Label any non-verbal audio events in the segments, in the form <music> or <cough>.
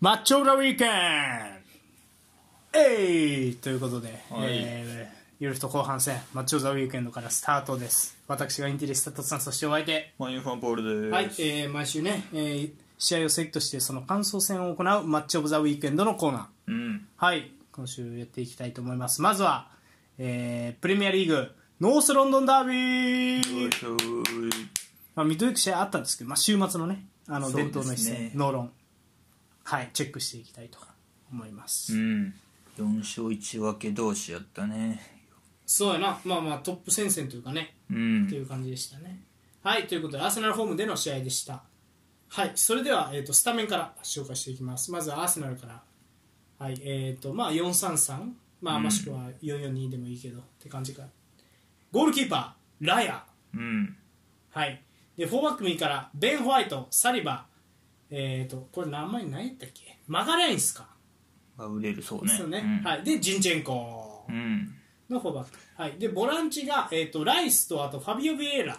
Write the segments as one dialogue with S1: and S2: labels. S1: マッチョ・オブ・ラ・ウィーケンドえいということで、
S2: はい
S1: えー、夜と後半戦マッチョ・オブ・ザ・ウィーケンドからスタートです私がインテリスタッドさんそしてお相手
S2: マインファンポール
S1: はい
S2: で、す。
S1: えー毎週ね、えー試合をセットしてその感想戦を行うマッチ・オブ・ザ・ウィーケンドのコーナー
S2: うん。
S1: はい今週やっていきたいと思いますまずは、えープレミアリーグノースロンドンダービー、
S2: よいしょー
S1: まあ、ミッドウィーク試合あったんですけど、まあ、週末のねあの
S2: そ
S1: 伝
S2: うですね
S1: 統の一戦、ノーロンはいチェックしていきたいと思います、
S2: うん。4勝1分け同士やったね。
S1: そうやなまあまあトップ戦線というかね
S2: う
S1: とい
S2: ん。
S1: う感じでしたねはいということでアーセナルホームでの試合でしたはいそれでは、えー、とスタメンから紹介していきますまずはアーセナルからはいえっ、とまあ433まあもしくは442でもいいけど、って感じかゴールキーパーラヤ
S2: うん。
S1: はいでフォーバック右からベン・ホワイトサリバえっ、とこれ名前何やったっけマガレインスか、
S2: が売れるそうね。
S1: ですよね、
S2: うん、
S1: はいでジンチェンコ
S2: うん。
S1: のフォーバック、はい、でボランチが、えー、とライスとあとファビオ・ビエイラ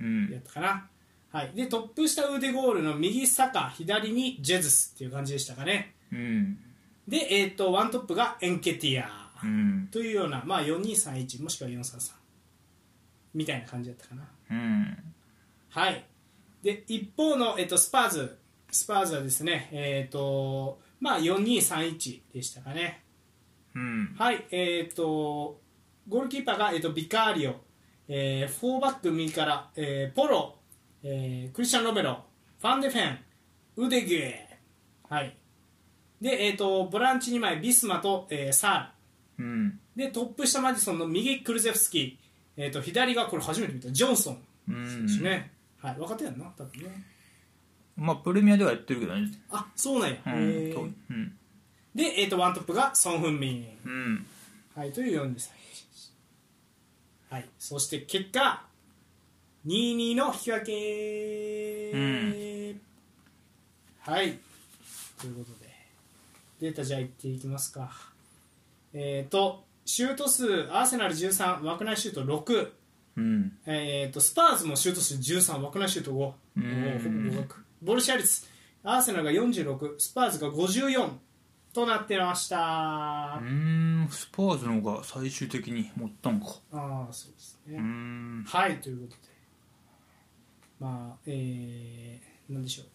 S2: う
S1: や
S2: ん。
S1: ったかな、はい、でトップ下腕ゴールの右坂左にジェズスっていう感じでしたかね
S2: うん。
S1: で、えー、とワントップがエンケティア
S2: うん。
S1: というような、まあ、4231もしくは433みたいな感じだったかな
S2: うん。
S1: はいで一方の、えー、とスパーズスパーズはですねえっ、とまあ4231でしたかね
S2: うん。
S1: はい、えっ、と、ゴールキーパーが、えー、とビカーリオ、えー、フォーバック右から、えーポロ、えークリスチャン・ロベロ、ファンデフェン、ウデギュエ、はい、で、えーと、ボランチ2枚、ビスマと、えーサ
S2: うん。
S1: ール、で、トップ下マディソンの右、クルゼフスキー、えー、と左がこれ初めて見た、ジョンソン
S2: うん
S1: ですね、はい、若手やんな、多分ね。
S2: まあ、プレミアではやってるけどね。
S1: あそうなんや、
S2: う
S1: へ
S2: ん。
S1: ー
S2: とうん。
S1: で、えーと、ワントップがソン・フンミン。
S2: うん。
S1: はい、という4です。はい、そして結果、2-2の引き分け、
S2: うん
S1: はい、ということで、データじゃあいっていきますか。えっ、と、シュート数、アーセナル13、枠内シュート6、
S2: うん。
S1: えっ、と、スパーズもシュート数13、枠内シュート5、おーほぼ互角ボールシェア率、アーセナルが46、スパーズが54となってました。
S2: うーん。スパーズの方が最終的に持ったんか。
S1: ああ、そうですね。
S2: うん。
S1: はいということでまあえー、なんでしょう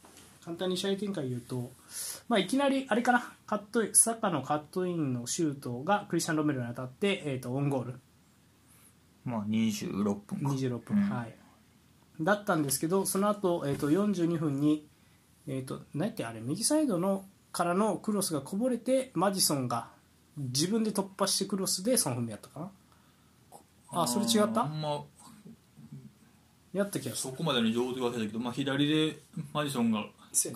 S1: 簡単に試合展開言うと、まあ、いきなりあれかなカットインサッカーのカットインのシュートがクリスチャン・ロメロに当たって、えー、とオンゴール
S2: まあ、26分か。
S1: 26分、
S2: うん
S1: はい、だったんですけどその後、えー、と42分に、えー、と何やってあれ右サイドのからのクロスがこぼれてマジソンが自分で突破してクロスで3分目やったかなあそれ違った
S2: あんま
S1: やった気がす
S2: そ
S1: る
S2: こまでの上手が忘れたけど、まあ、左でマディソンが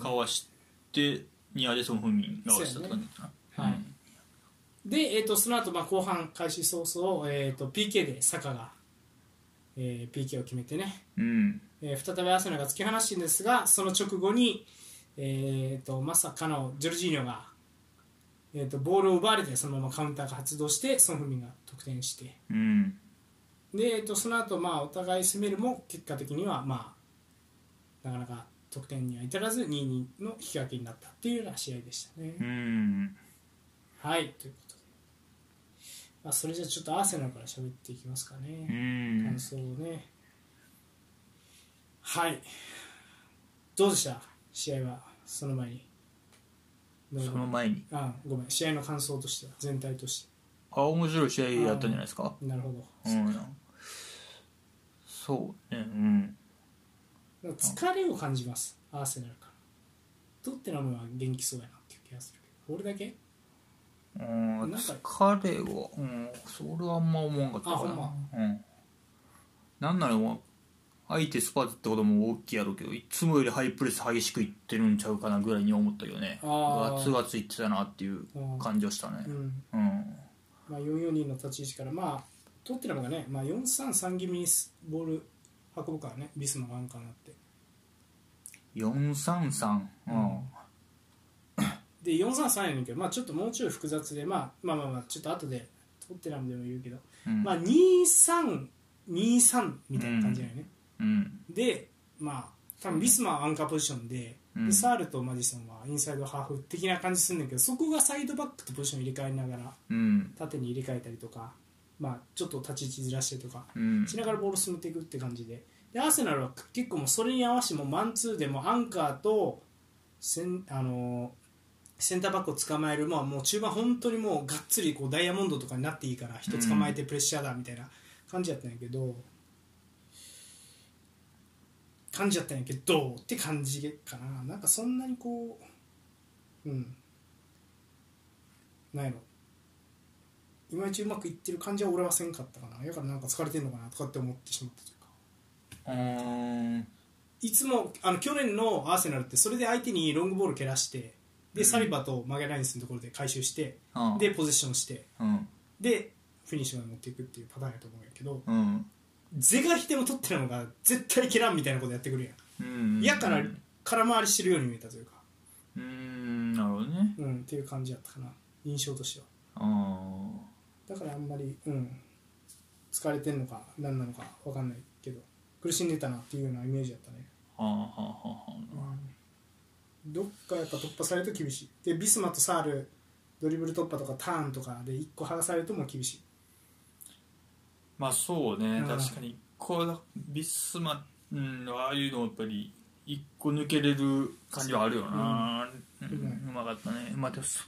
S2: かわしてにアデソン・フミンが合わせたって感じかな、
S1: はいで、えー、とその後、まあ後半開始早々、えー、と PK で坂が、えー PK を決めてね、
S2: うん
S1: えー再びアーセナルが突き放してんですがその直後に、えー、とまさかのジョルジーニョが、えー、とボールを奪われてそのままカウンターが発動してソン・フミンが得点して
S2: うん
S1: で、えー、とその後、まあお互い攻めるも結果的には、まあ、なかなか得点には至らず2-2の引き分けになったっていうような試合でしたね。
S2: うん
S1: はい、ということで、まあ、それじゃあちょっとアーセナルから喋っていきますか
S2: う
S1: ね、
S2: ん
S1: 感想をね。はい、どうでした、試合は、その前に。どうぞ
S2: その前に
S1: あごめん、試合の感想としては、全体として。
S2: あ面白い試合やったんじゃないですか
S1: なるほど。
S2: うんそうねうん
S1: なんか疲れを感じます、アーセナルから。トッテナムは元気そうやなっていう気がするけど、俺だけ
S2: うん
S1: なんか
S2: 疲れは、うん、それはあんま思わんかったか
S1: あ
S2: な、
S1: ほ
S2: うん、なんならもう相手スパーズってことも大きいやろうけどいつもよりハイプレス激しくいってるんちゃうかなぐらいに思ったけどね
S1: あー
S2: ガツガツいってたなっていう感じはしたね
S1: うん
S2: うん
S1: まあ、4 4 2の立ち位置から、まあ、トッテナムがね、まあ、4-3-3気味にボール運ぶからね、ビスマがアンカーになって。
S2: 433うん
S1: で、4-3-3やねんけど、まあ、ちょっともうちょい複雑で、まあ、まあまあまあ、ちょっと後でトッテナムでも言うけど、
S2: うん
S1: まあ、2-3-2-3みたいな感じだよね。
S2: うん
S1: で、まあ、多分ビスマはアンカーポジションで、
S2: うん
S1: でサールとマディソンはインサイドハーフ的な感じするんだけどそこがサイドバックとポジション入れ替えながら
S2: うん
S1: 縦に入れ替えたりとか、まあ、ちょっと立ち位置ずらしてとか
S2: うん
S1: しながらボール進めていくって感じででアーセナルは結構もうそれに合わせてもうマンツーでもアンカーとセン,、あのーセンターバックを捕まえる、まあ、もう中盤本当にもうがっつりこうダイヤモンドとかになっていいから人捕まえてプレッシャーだみたいな感じだったんやけど、感じだったんやけどって感じかななんかそんなにこううんなんやろいまいちうまくいってる感じは俺はせんかったかなだからなんか疲れてんのかなとかって思ってしまったというか
S2: うーん
S1: いつもあの去年のアーセナルってそれで相手にロングボール蹴らしてでサリバとマゲラインスのところで回収して
S2: ああ
S1: でポゼッションして
S2: うん
S1: でフィニッシュまで持っていくっていうパターンやと思うんやけど
S2: うん
S1: 是が非でも取ってるのが絶対蹴らんみたいなことやってくるやん
S2: うん
S1: 嫌から
S2: うん
S1: 空回りしてるように見えたというか
S2: うーんなるほどね
S1: うんっていう感じやったかな印象としては
S2: ああ
S1: だからあんまり、うん、疲れてるのか何なのか分かんないけど苦しんでたなっていうようなイメージだったね、
S2: はあはあはあはあ
S1: どっかやっぱ突破されると厳しいでビスマとサールドリブル突破とかターンとかで1個剥がされるともう厳しい
S2: まあそうね、
S1: うん
S2: 確かにこうビスマ、うん、ああいうのやっぱり一個抜けれる感じはあるよな、うん
S1: うん
S2: うまかったねまあでもそ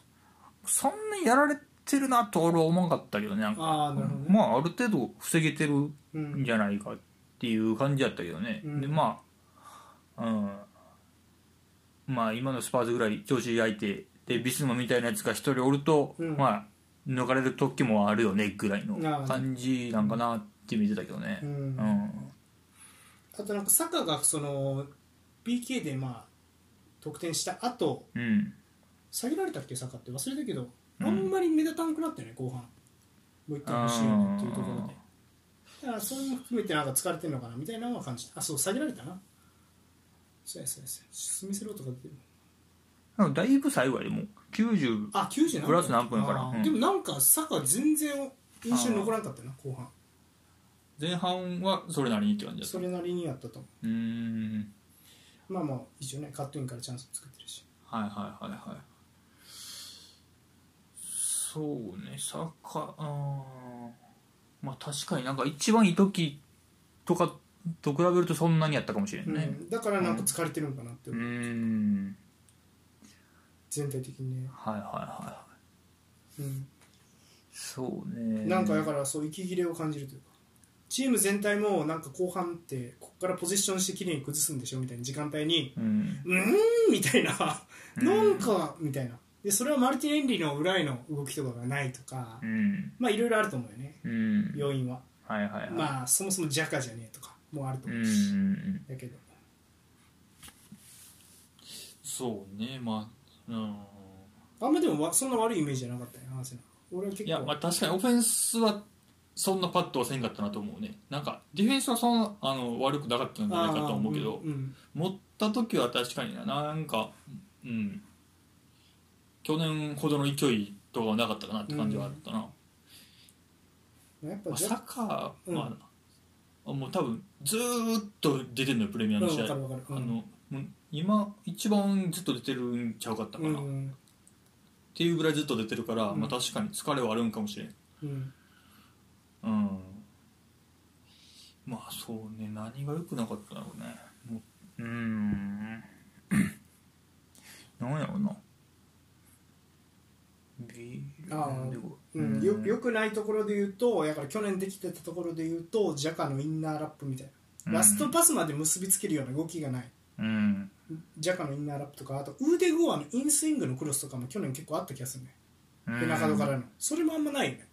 S2: そんなやられてるなと俺は思わなかったけどねなんか
S1: ああなるほどね、
S2: まあある程度防げてるん
S1: うん
S2: じゃないかっていう感じだったけどね、
S1: うん
S2: でまあ、うん、まあ今のスパーズぐらい調子焼いてでビスマみたいなやつが一人おると、
S1: うん
S2: まあ抜かれる時もあるよねぐらいの
S1: なるほど
S2: 感じなんかなって見てたけどね
S1: う
S2: うんん、
S1: あとなんかサカがその PK でまあ得点した後
S2: うん、
S1: 下げられたっけサカって忘れたけど、
S2: うん
S1: あんまり目立たなくなったよね後半もう一回欲しいよねっていうところでだからそれも含めてなんか疲れてるのかなみたいなのは感じたあそう下げられたなそうやそうやそうやスミスローとか出てる
S2: でもだいぶ最後やでもう90
S1: あ90何分
S2: プラス何分やから
S1: あー
S2: うん
S1: でもなんかサッカー全然印象に残らんかったな後半
S2: 前半はそれなりにって感じだった
S1: それなりにやったと思
S2: うーん
S1: うまあまあ一応ねカットインからチャンス作ってるし
S2: はいはいはいはいそうねサッカーあーまあ確かになんか一番いい時とかと比べるとそんなにやったかもしれんね
S1: うん、だからなんか疲れてるのかなって、
S2: うーん
S1: 全体的にね、
S2: はいはいはいは
S1: うん、
S2: いそうね
S1: なんかだからそう息切れを感じるというかチーム全体もなんか後半ってここからポジションしてきれいに崩すんでしょみたいな時間帯に
S2: うん
S1: うーんみたいななんかみたいなでそれはマルティン・エンリーの裏への動きとかがないとか、
S2: うん
S1: まあいろいろあると思うよね
S2: うん
S1: 要因は
S2: はいはいはい
S1: まあそもそもジャカじゃねえとかもあると
S2: う
S1: 思うし、
S2: ん
S1: だけど
S2: そうねまあうん
S1: あんまでもわそんな悪いイメージじゃなかったよアーセナル俺は結
S2: いやまあ
S1: 構
S2: 確かにオフェンスはそんなパッとはせんかったなと思うねなんかディフェンスはそんなあの悪くなかったんじゃないかとは思うけど、
S1: あーうんうん
S2: 持った時は確かにななんかうん去年ほどの勢いとかはなかったかなって感じはあったな、
S1: やっぱ
S2: まあ、
S1: ジ
S2: サ
S1: ャ
S2: ッカーは、
S1: うん
S2: まあ、もう多分ずーっと出てるのよプレミア
S1: うん
S2: の
S1: わ
S2: 試
S1: か
S2: 合、
S1: るわかるうん
S2: あのもう今一番ずっと出てるんちゃうかったか
S1: う
S2: な、
S1: ん
S2: っ
S1: うん
S2: ていうぐらいずっと出てるから、
S1: うん
S2: まあ、確かに疲れはあるんかもしれん
S1: うん
S2: うんまあそうね何が良くなかっただろうねもううーんなんやろうなビ
S1: あー
S2: なんでこう
S1: うん、よよくないところで言うとだから去年できてたところで言うとジャカのインナーラップみたいな、ラストパスまで結びつけるような動きがない
S2: うん
S1: ジャカのインナーラップとかあとウーデゴアのインスイングのクロスとかも去年結構あった気がするね
S2: うん
S1: 背中戸からのそれもあんまないよね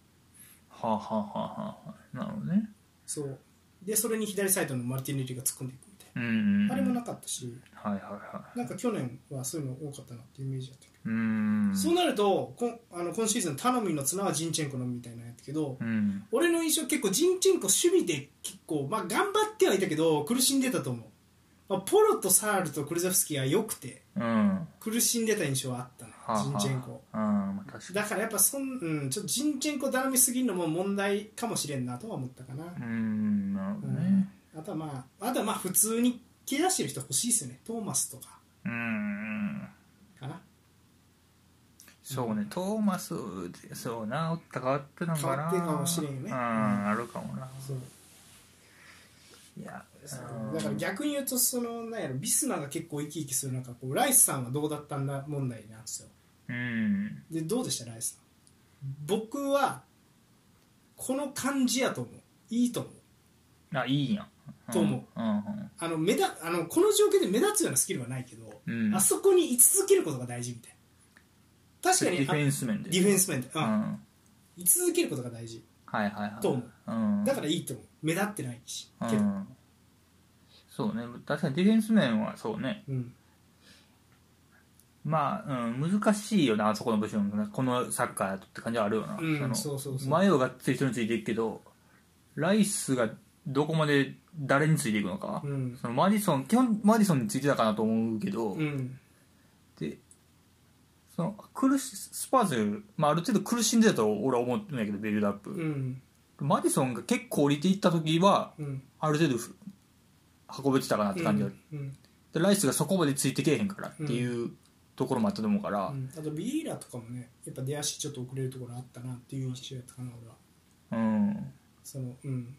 S2: はあ、はあはあはあ、なるほどね
S1: そうでそれに左サイドのマルティネリが突っ込んでいくみたい
S2: うんうんうん
S1: なあれもなかったし
S2: はいはいはい
S1: なんか去年はそういうの多かったなっていうイメージだったけど、
S2: うーん
S1: そうなるとこんあの今シーズン頼みの綱はジンチェンコのみたいなやったけど、
S2: うん
S1: 俺の印象結構ジンチェンコ守備で結構、まあ、頑張ってはいたけど苦しんでたと思う、まあ、ポロとサールとクルゼフスキーが良くて
S2: うん
S1: 苦しんでた印象はあったな、
S2: はあはあ
S1: ジンチェンコ
S2: うんまあ確か
S1: だからやっぱそん、うん、ちょっとジンチェンコ頼みすぎるのも問題かもしれんなとは思ったかな、
S2: にうんなるほ
S1: う
S2: どね
S1: んあとはまああとはまあ普通に蹴出してる人欲しいですよねトーマスとか
S2: うーん
S1: かな
S2: そうね、トーマスでそうなおった変わってたのか
S1: 変わ
S2: な
S1: ってんかもしれんよねう
S2: うん、
S1: ん
S2: あるかもな
S1: そう
S2: いや
S1: うんだから逆に言うとそのなんやろビスマが結構生き生きする中こうライスさんはどうだったんだ問題なんですよ
S2: うん
S1: でどうでしたライスさん僕はこの感じやと思ういいと思う
S2: あいいやん
S1: と思
S2: うんうん
S1: あの目立あのこの状況で目立つようなスキルはないけど、
S2: うん
S1: あそこに居続けることが大事みたいな確か
S2: デ
S1: に
S2: ィフェン
S1: ス
S2: ス面で
S1: ディフェンス面で、う
S2: うんん
S1: 居続けることが大事
S2: はいはいはい
S1: と思う
S2: うん、
S1: だからいいと思う目立ってないし、
S2: う
S1: けど
S2: ん、そうね確かにディフェンス面はそうね
S1: うん
S2: まあ、うん、難しいよなあそこの部署もこのサッカーだとって感じはあるよな、
S1: うん
S2: の
S1: そうそうそう
S2: 前をがっつり人についていくけどライスがどこまで誰についていくのか、
S1: うん
S2: そのマディソン基本マディソンについてたかなと思うけど、
S1: うん
S2: でその苦しスパーズ、まあ、ある程度苦しんでたと俺は思うんやけどビルドアップ、
S1: うん
S2: マディソンが結構降りていった時は
S1: うん
S2: ある程度ふ運べてたかなって感じがある、
S1: うん
S2: でライスがそこまでついてけえへんからっていうところもあったと思うから、
S1: うんあとビーラとかもねやっぱ出足ちょっと遅れるところあったなっていう印象やったかな俺は
S2: うん
S1: そのうん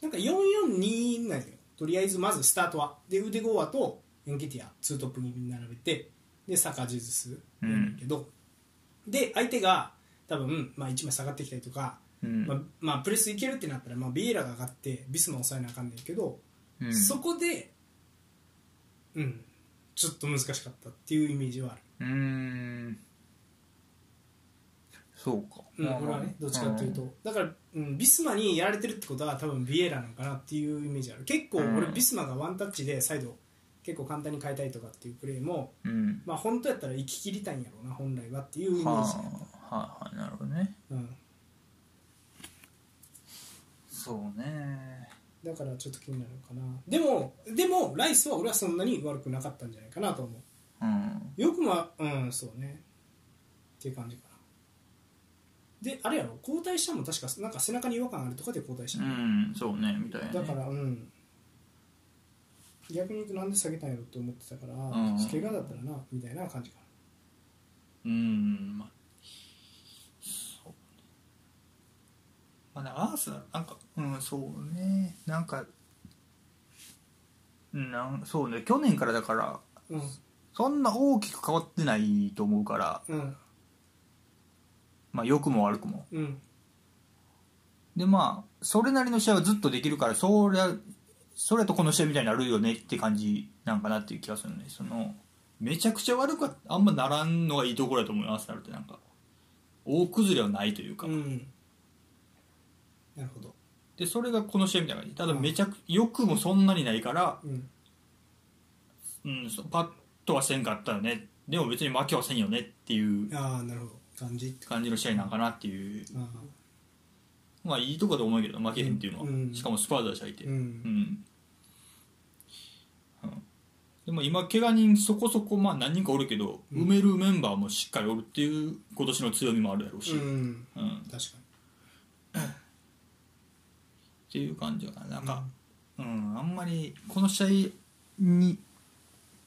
S1: なんか442なんよとりあえずまずスタートはで腕ゴーアとエンケティアツートップに並べてでサカジュズスやねんけど、で相手が多分、まあ、1枚下がってきたりとか、
S2: うん
S1: まあまあ、プレスいけるってなったら、まあ、ビエラが上がってビスマ抑えなあかんねんけど、
S2: うん
S1: そこでうんちょっと難しかったっていうイメージはある
S2: うーんそうか、
S1: うん、
S2: まあ
S1: 俺はねどっちかというと、だから、うん、ビスマにやられてるってことは多分ビエラなのかなっていうイメージある結構
S2: うん
S1: 俺ビスマがワンタッチでサイド結構簡単に変えたいとかっていうプレーも
S2: うん
S1: まあ本当やったら行き切りたいんやろうな本来はっていうイメ
S2: は
S1: ージ、
S2: あはいはいなるほどね
S1: うん、
S2: そうね
S1: だからちょっと気になるのかなでもでもライスは俺はそんなに悪くなかったんじゃないかなと思
S2: うん
S1: うよくまあうんそうねっていう感じかなであれやろ交代したのも確かなんか背中に違和感あるとかで交代した
S2: う
S1: の
S2: んそうねみたいな、ね、
S1: だからうん逆に言うとなんで下げたんやろと思ってたから、
S2: ん
S1: 怪我だったらなみたいな感じか
S2: うんまあそうまあねアースなんかうんそうねなんかうんなんそうね去年からだから
S1: な
S2: そんな大きく変わってないと思うから
S1: うんうん
S2: まあ良くも悪くも
S1: うん
S2: でまあそれなりの試合はずっとできるからそりゃそれとこの試合みたいになるよねって感じなんかなっていう気がするねそのめちゃくちゃ悪くはあんまならんのがいいところだと思いますなるってなんか大崩れはないというか、
S1: うんなるほど
S2: でそれがこの試合みたいな感じただめちゃくよくもそんなにないから、
S1: うん
S2: うん、そパッとはせんかったよねでも別に負けはせんよねっていう
S1: ああなるほど感じって
S2: 感じの試合なんかなっていう
S1: あ
S2: まあいいとこだと思うけど負けへんっていうのは、
S1: うん
S2: しかもスパーズだし相手、
S1: ーう
S2: うんん、うんでも今怪我人そこそこまあ何人かおるけど、
S1: うん
S2: 埋めるメンバーもしっかりおるっていう今年の強みもあるやろうし、
S1: う
S2: うん
S1: ん
S2: っ
S1: 確か
S2: ていう感じかななん
S1: に
S2: か、うんあんまりこの試合に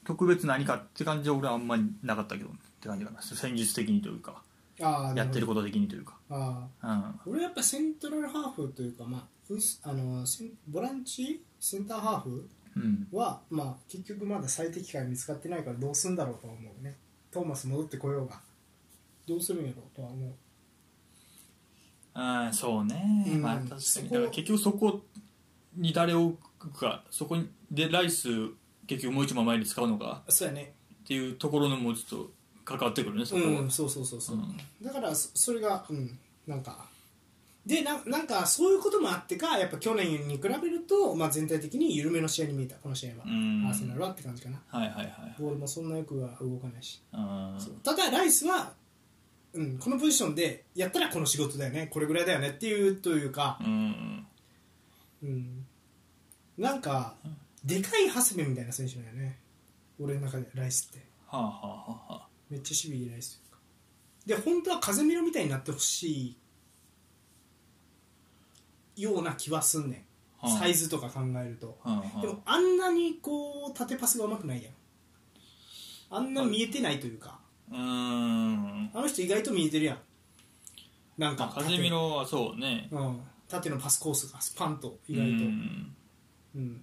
S2: 特別何かって感じは俺はあんまりなかったけどって感じかな戦術的にというか
S1: ああ
S2: やってること的にというか、
S1: ああ
S2: うん、
S1: 俺はやっぱセントラルハーフというかまあウスあのセンボランチセンターハーフ
S2: うん、
S1: は、まあ、結局まだ最適解見つかってないからどうするんだろうとは思うねトーマス戻ってこようがどうするんやろうとは思う
S2: うんそうね、
S1: うん
S2: まあ確か
S1: そ
S2: に
S1: こ
S2: だから結局そこに誰を置くかそこにでライス結局もう一枚前に使うのか
S1: そうやね
S2: っていうところのもうちょっと関わってくるねそこは、
S1: うんそうそうそうそう、
S2: うん
S1: だからそそれがうんなんかでななんかそういうこともあってかやっぱ去年に比べると、まあ、全体的に緩めの試合に見えたこの試合は、
S2: うん
S1: アーセナルはって感じかな
S2: はいはいはい
S1: ボールもそんなよくは動かないし
S2: うん
S1: そうただライスは、うん、このポジションでやったらこの仕事だよねこれぐらいだよねっていうというか、
S2: うん
S1: うん、なんかでかい長谷部みたいな選手だよね俺の中でライスって
S2: はあはあはあはあ
S1: めっちゃ守備ライスというかで本当は風見ろみたいになってほしいような気はすんねん、
S2: はあ
S1: サイズとか考えると、
S2: はあ
S1: で
S2: は
S1: もあんなにこう縦パスがうまくないやんあんな見えてないというか、
S2: うーん
S1: あの人意外と見えてるやんなんか
S2: カゼミロはそうね
S1: 縦,、うん、縦のパスコースがスパンと意
S2: う
S1: 外と、
S2: ん
S1: うん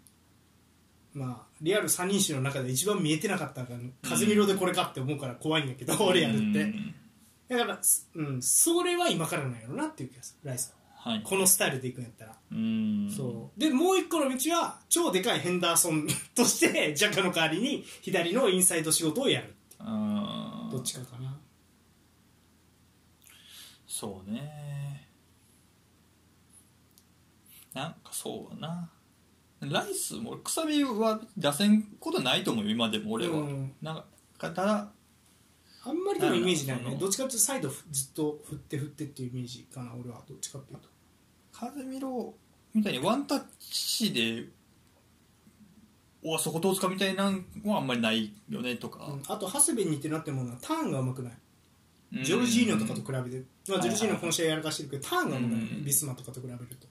S1: まあリアル三人衆の中で一番見えてなかったから風見色でこれかって思うから怖いんやけど、リアルっ
S2: う
S1: て
S2: ん
S1: だから、すうん、それは今からなんやろなっていう気がするライス
S2: はい
S1: このスタイルでいくんやったら、
S2: うん
S1: そうでもう一個の道は超でかいヘンダーソンとしてジャッカの代わりに左のインサイド仕事をやる
S2: うーん
S1: どっちかかな
S2: そうねなんかそうなライスもくさびは出せんことないと思うよ今でも俺は、
S1: うん
S2: なんかただ
S1: あんまりでもイメージない
S2: なん
S1: ね
S2: だ
S1: どっちかっていうとサイドふずっと振って振ってっていうイメージかな俺はどっちかっていうと
S2: カゼミロみたいにワンタッチでおそこ通すかみたいなんはあんまりないよねとか、
S1: うんあと長谷部に似てるなって思うのはターンがうまくない
S2: うん
S1: ジョルジーニョとかと比べて、まあ、ジョルジーニョ
S2: はいはいはい
S1: この試合やらかしてるけどターンがうまくない、
S2: うん
S1: ビスマとかと比べると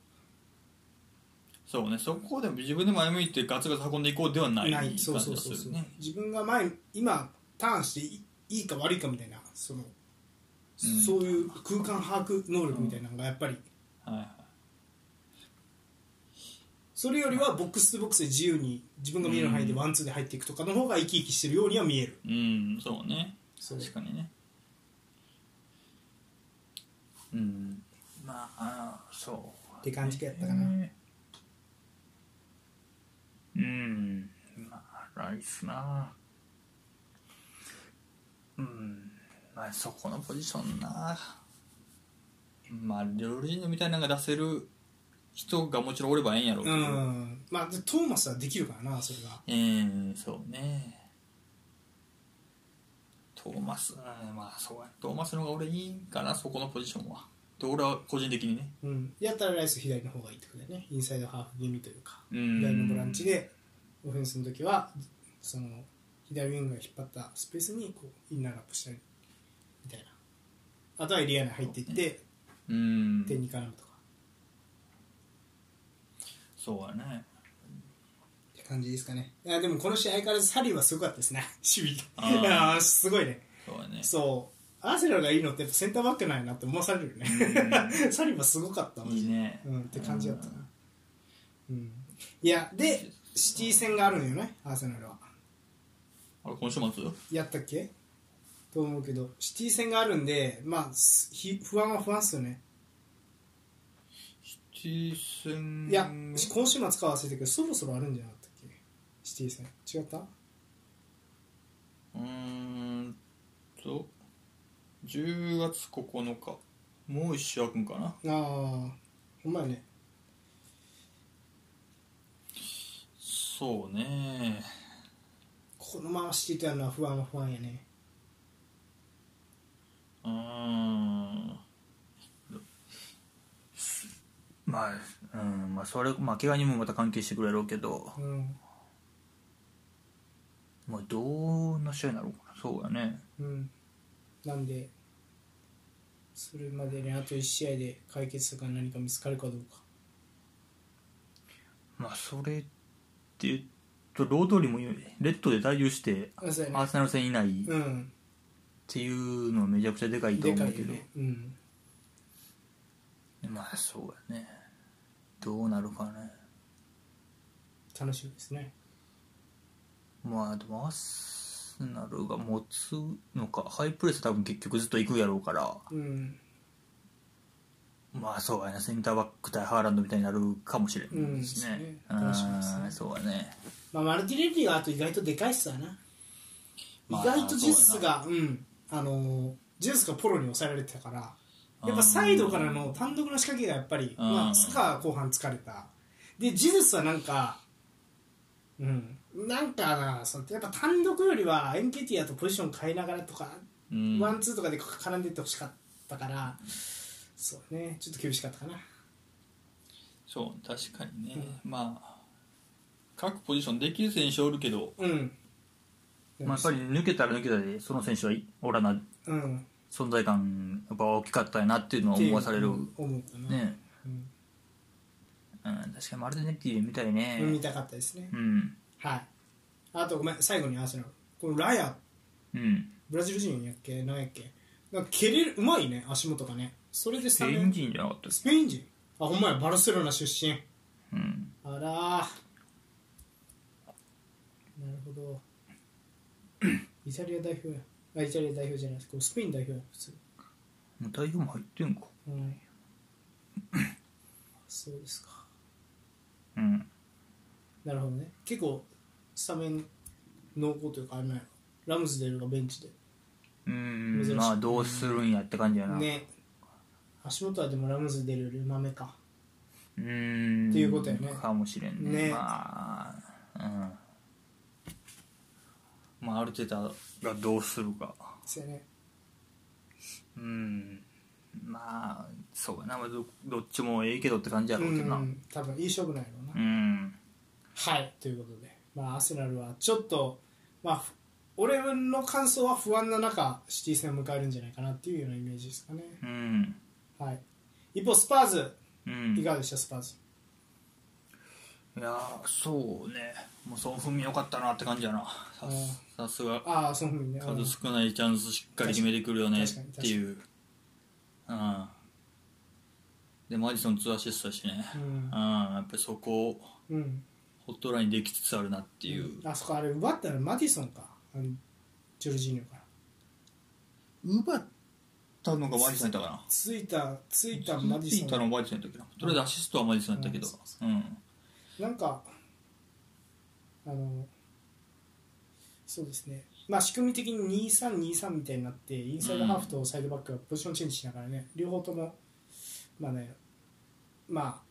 S2: そうねそこでも自分で前向いてガツガツ運んでいこうではない
S1: な
S2: 感
S1: い
S2: じ
S1: そう
S2: がす
S1: そう
S2: る
S1: そうそう、
S2: ね
S1: 自分が前今ターンしていいいか悪いかみたいなその、
S2: うん
S1: そういう空間把握能力みたいなのがやっぱり
S2: はいはい
S1: それよりはボックスとボックスで自由に自分が見える範囲でワンツーで入っていくとかの方が生き生きしてるようには見える
S2: うんそうね
S1: そう
S2: 確かにねうんまあそう
S1: って感じやったかな
S2: うんまあライスなうんまあそこのポジションなまあ料理人みたいなのが出せる人がもちろんおればええんやろうけ
S1: う
S2: ど
S1: んまあでトーマスはできるからなそれが
S2: うんそうねトーマスうんまあそうやトーマスの方が俺いいんかなそこのポジションはと俺は個人的にね
S1: うん、やったらライス左の方がいいってことだよねインサイドハーフ気味というか
S2: うん
S1: 左のボランチでオフェンスの時はその左ウィングが引っ張ったスペースにこうインナーラップしたりみたいなあとはエリアに入っていって
S2: うん
S1: 点に絡むとか
S2: そうやね
S1: って感じですかねいやでもこの試合からずサリーはすごかったですね <laughs> 守
S2: あ
S1: 備
S2: ー
S1: があーすごいね
S2: そうやね
S1: そうアーセナルがいいのってやっぱセンターバックなんやなって思わされるよね <laughs> サリーはすごかったマジで
S2: いいね
S1: うん、って感じだったな、うん、いやでシティ戦があるのよねアーセナルは
S2: あれ今週末
S1: やったっけと思うけどシティ戦があるんでまあすひ不安は不安っすよね
S2: シティ戦
S1: いや今週末かは忘れたけどそろそろあるんじゃなかったっけシティ戦違った
S2: うーんと10月9日もう一試合空くんかな
S1: ああほんまやね
S2: そうね
S1: このままシティとやるのは不安は不安やね
S2: うーんまあ、うん、まあ、それ、まあ、怪我にもまた関係してくれるやろうけど、
S1: うん
S2: まあ、どんな試合になろうかな。そうやね。
S1: うんなんでそれまでにあと1試合で解決策が何か見つかるかどうか
S2: まあ、それって言うと、ロードリも、レッドで滞留して、
S1: あそうや
S2: アー
S1: ね
S2: セナル戦以内っ
S1: うん
S2: ていうのはめちゃくちゃでかいと
S1: で
S2: 思
S1: か
S2: う
S1: い
S2: け
S1: よ
S2: ど、
S1: ねうん
S2: まあ、そうやね。どうなるかね。
S1: 楽しみですね
S2: まあ、でも、アーセナルが持つのか、ハイプレス多分結局ずっと行くやろうから、
S1: うん
S2: まあそうやねセンターバック対ハーランドみたいになるかもしれないです
S1: うん
S2: ね,、
S1: そうですね楽しみですね
S2: あーそうやね
S1: まあ、マルティネッリがあと意外とでかいっすわな、
S2: まあ
S1: 意外とジェスがうんあのージェスがポロに抑えられてたからやっ
S2: う
S1: ぱ
S2: ん
S1: サイドからの単独の仕掛けがやっぱり、
S2: うん
S1: まあ、スカーは後半疲れたでジェスはなんかうんなんかなそのやっぱ単独よりはエンケティアとポジション変えながらとか、
S2: うん
S1: ワンツーとかで絡んでってほしかったからそうねちょっと厳しかったかな
S2: そう確かにね、まあ各ポジションできる選手おるけど、
S1: うん
S2: まあ、やっぱり抜けたら抜けたでその選手はおらな
S1: うん
S2: 存在感やっぱ大きかったやなっていうのは思わされる
S1: っていう思ったな、
S2: ね、
S1: うん
S2: うん、確かにマルティネッティみたいね
S1: 見たかったですね
S2: うん
S1: はい。あと、ごめん、最後に合わせるの。このラヤ
S2: うん
S1: ブラジル人やっけなんやっけなんか蹴れるうまいね足元がねそれでス
S2: スペイン人じゃなかったです
S1: スペイン人あほんまやバルセロナ出身
S2: うん
S1: あらーなるほ
S2: <clears throat>
S1: どイタリア代表やあイタリア代表じゃないですこれスペイン代表や普通
S2: もう代表も入ってんか
S1: うん
S2: <laughs>
S1: そうですか
S2: うん
S1: なるほどね結構スタメン濃厚というかあれなんやろラムズデールがベンチで
S2: うん
S1: 珍しい
S2: まあどうするんやって感じやな、
S1: ね足元はでもラムズデールよりうまめか
S2: うん
S1: っていうことやね
S2: かもしれんね
S1: ね
S2: まあうんまあアルテタがどうするか
S1: そうやね
S2: うんまあそうかなまあどどっちもええけどって感じや
S1: う
S2: ろうけどなうん、
S1: ん多分いい勝負なんやろうなはいということで、まあ、アーセナルはちょっと、まあ、ふ俺の感想は不安な中シティ戦を迎えるんじゃないかなっていうようなイメージですかね、
S2: うん
S1: はい、一方スパーズ
S2: うん
S1: いかがでしたスパーズ
S2: いやーそうねもうその踏みよかったなって感じやなさすさすが
S1: ああそのふうにねうん
S2: 数少ないチャンスしっかり決めてくるよねっていううんでマディソン2アシストだしね
S1: う
S2: うん
S1: ん
S2: やっぱりそこを
S1: うん
S2: ホットラインできつつあるなっていう
S1: あそこあれ奪ったのマディソンかあのジョルジーニョから
S2: 奪ったのがマディソンやったかな
S1: ついたついたマデ
S2: つ
S1: ィ
S2: い
S1: ソ
S2: た
S1: ン
S2: のマディソンやったっけなとりあえずアシストはマディソンやったけど
S1: うん
S2: うん
S1: なんかあのそうですねまあ仕組み的に2323みたいになってインサイドハーフとサイドバックがポジションチェンジしながらね、両方ともまあねま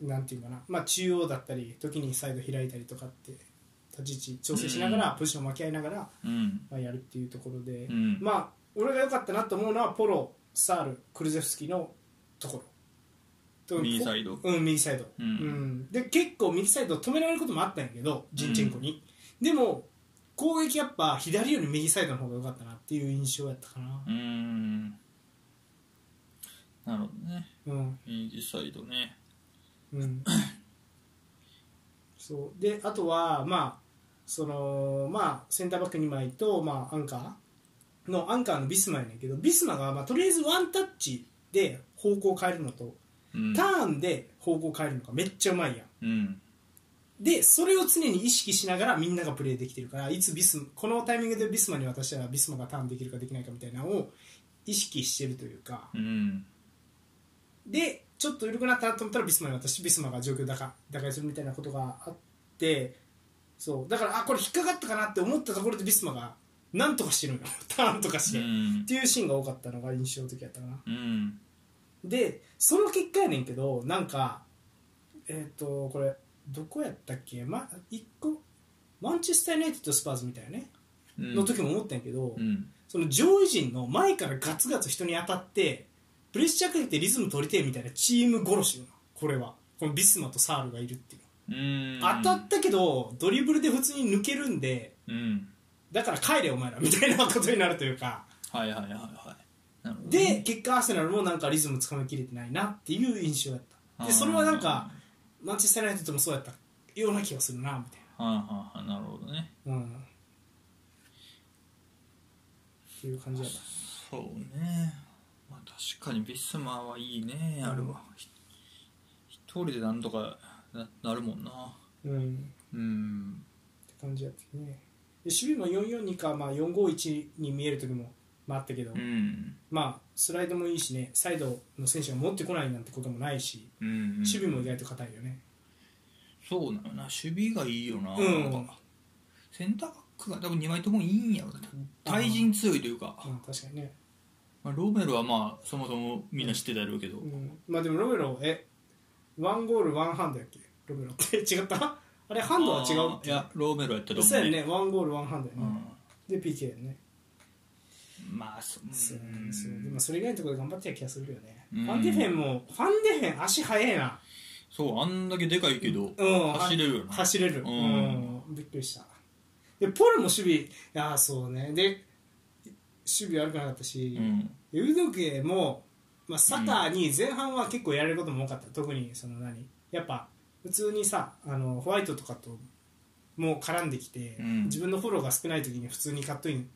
S1: あなんていうかな、まあ、中央だったり時にサイド開いたりとかって立ち位置調整しながら、ポジションを分け合いながら、
S2: うん
S1: まあ、やるっていうところで、
S2: うん
S1: まあ俺が良かったなと思うのはポロサールクルゼフスキのところと
S2: 右サイド
S1: うん右サイド、
S2: うん
S1: で結構右サイド止められることもあったんやけどジンチェンコに、でも攻撃やっぱ左より右サイドの方が良かったなっていう印象やったかな
S2: うんなるほどね
S1: うん
S2: 右サイドね
S1: うん
S2: <laughs>
S1: そうであとはまあそのまあセンターバック2枚と、まあ、アンカーのアンカーのビスマやねんけどビスマが、まあ、とりあえずワンタッチで方向を変えるのと
S2: うん
S1: ターンで方向を変えるのがめっちゃうまいやん
S2: うん
S1: でそれを常に意識しながらみんながプレーできてるからいつビスこのタイミングでビスマに渡したらビスマがターンできるかできないかみたいなのを意識してるというか
S2: うん
S1: でちょっと緩くなったなと思ったらビスマに渡してビスマが状況打開打開するみたいなことがあってそうだからあこれ引っかかったかなって思ったところでビスマがなんとかしてるのよターンとかして、
S2: う
S1: っ
S2: ん
S1: ていうシーンが多かったのが印象的やったかな
S2: うん
S1: でその結果やねんけどなんかえっ、とこれどこやったっけ、ま、一個マンチェスター・ユナイテッド・スパーズみたいなね、
S2: うん
S1: の時も思ったんやけど、
S2: うん
S1: その上位陣の前からガツガツ人に当たってプレッシャーかけてリズム取りてえみたいなチーム殺しよなこれはこのビスマとサールがいるっていう、
S2: うん
S1: 当たったけどドリブルで普通に抜けるんで
S2: うん
S1: だから帰れお前らみたいなことになるというか
S2: はいはいはいはいなるほど
S1: で結果アーセナルもなんかリズムつかみきれてないなっていう印象だったでそれはなんかマンチェスター・ユナイテッドもそうやったような気がするなみたい
S2: はあはあはあなるほどね
S1: なうんっていう感じだった
S2: そうねまあ確かにビスマはいいねあれはひ一人でなんとかななるもんな
S1: うん
S2: うん
S1: って感じだったねで守備も442か、まあ、451に見える時も、まあ、あったけど、
S2: うん
S1: まあスライドもいいしねサイドの選手が持ってこないなんてこともないし
S2: うん
S1: 守備も意外と硬いよね
S2: そうなのな守備がいいよな,、
S1: うん
S2: なんかセンターバックが多分2枚ともいいんやろな対人強いというか、
S1: うん確かにね、
S2: まあ、ロメルはまあそもそもみんな知ってたやろうけど、
S1: うん、まあでもロメロえワンゴールワンハンドやっけロメロって <laughs> 違ったあれハンドは違う
S2: あーいやロメルやったと思う
S1: そうやねワンゴールワンハンドや
S2: う
S1: ね、
S2: ん
S1: で PK やね
S2: まあそ
S1: そう
S2: うん
S1: そうでもそれ以外のところで頑張ってた気がするよね、
S2: うん
S1: ファンデフェンもファンデフェン足速いな、
S2: そうあんだけでかいけど、
S1: うん、
S2: 走れるよな
S1: 走れる
S2: う
S1: うんん、びっくりしたでポルも守備ああそうねで守備悪くなかったし、
S2: うん
S1: でウドゲも、まあ、サターに前半は結構やれることも多かった、特にその何やっぱ普通にさあのホワイトとかともう絡んできて、
S2: うん
S1: 自分のフォローが少ない時に普通にカットイン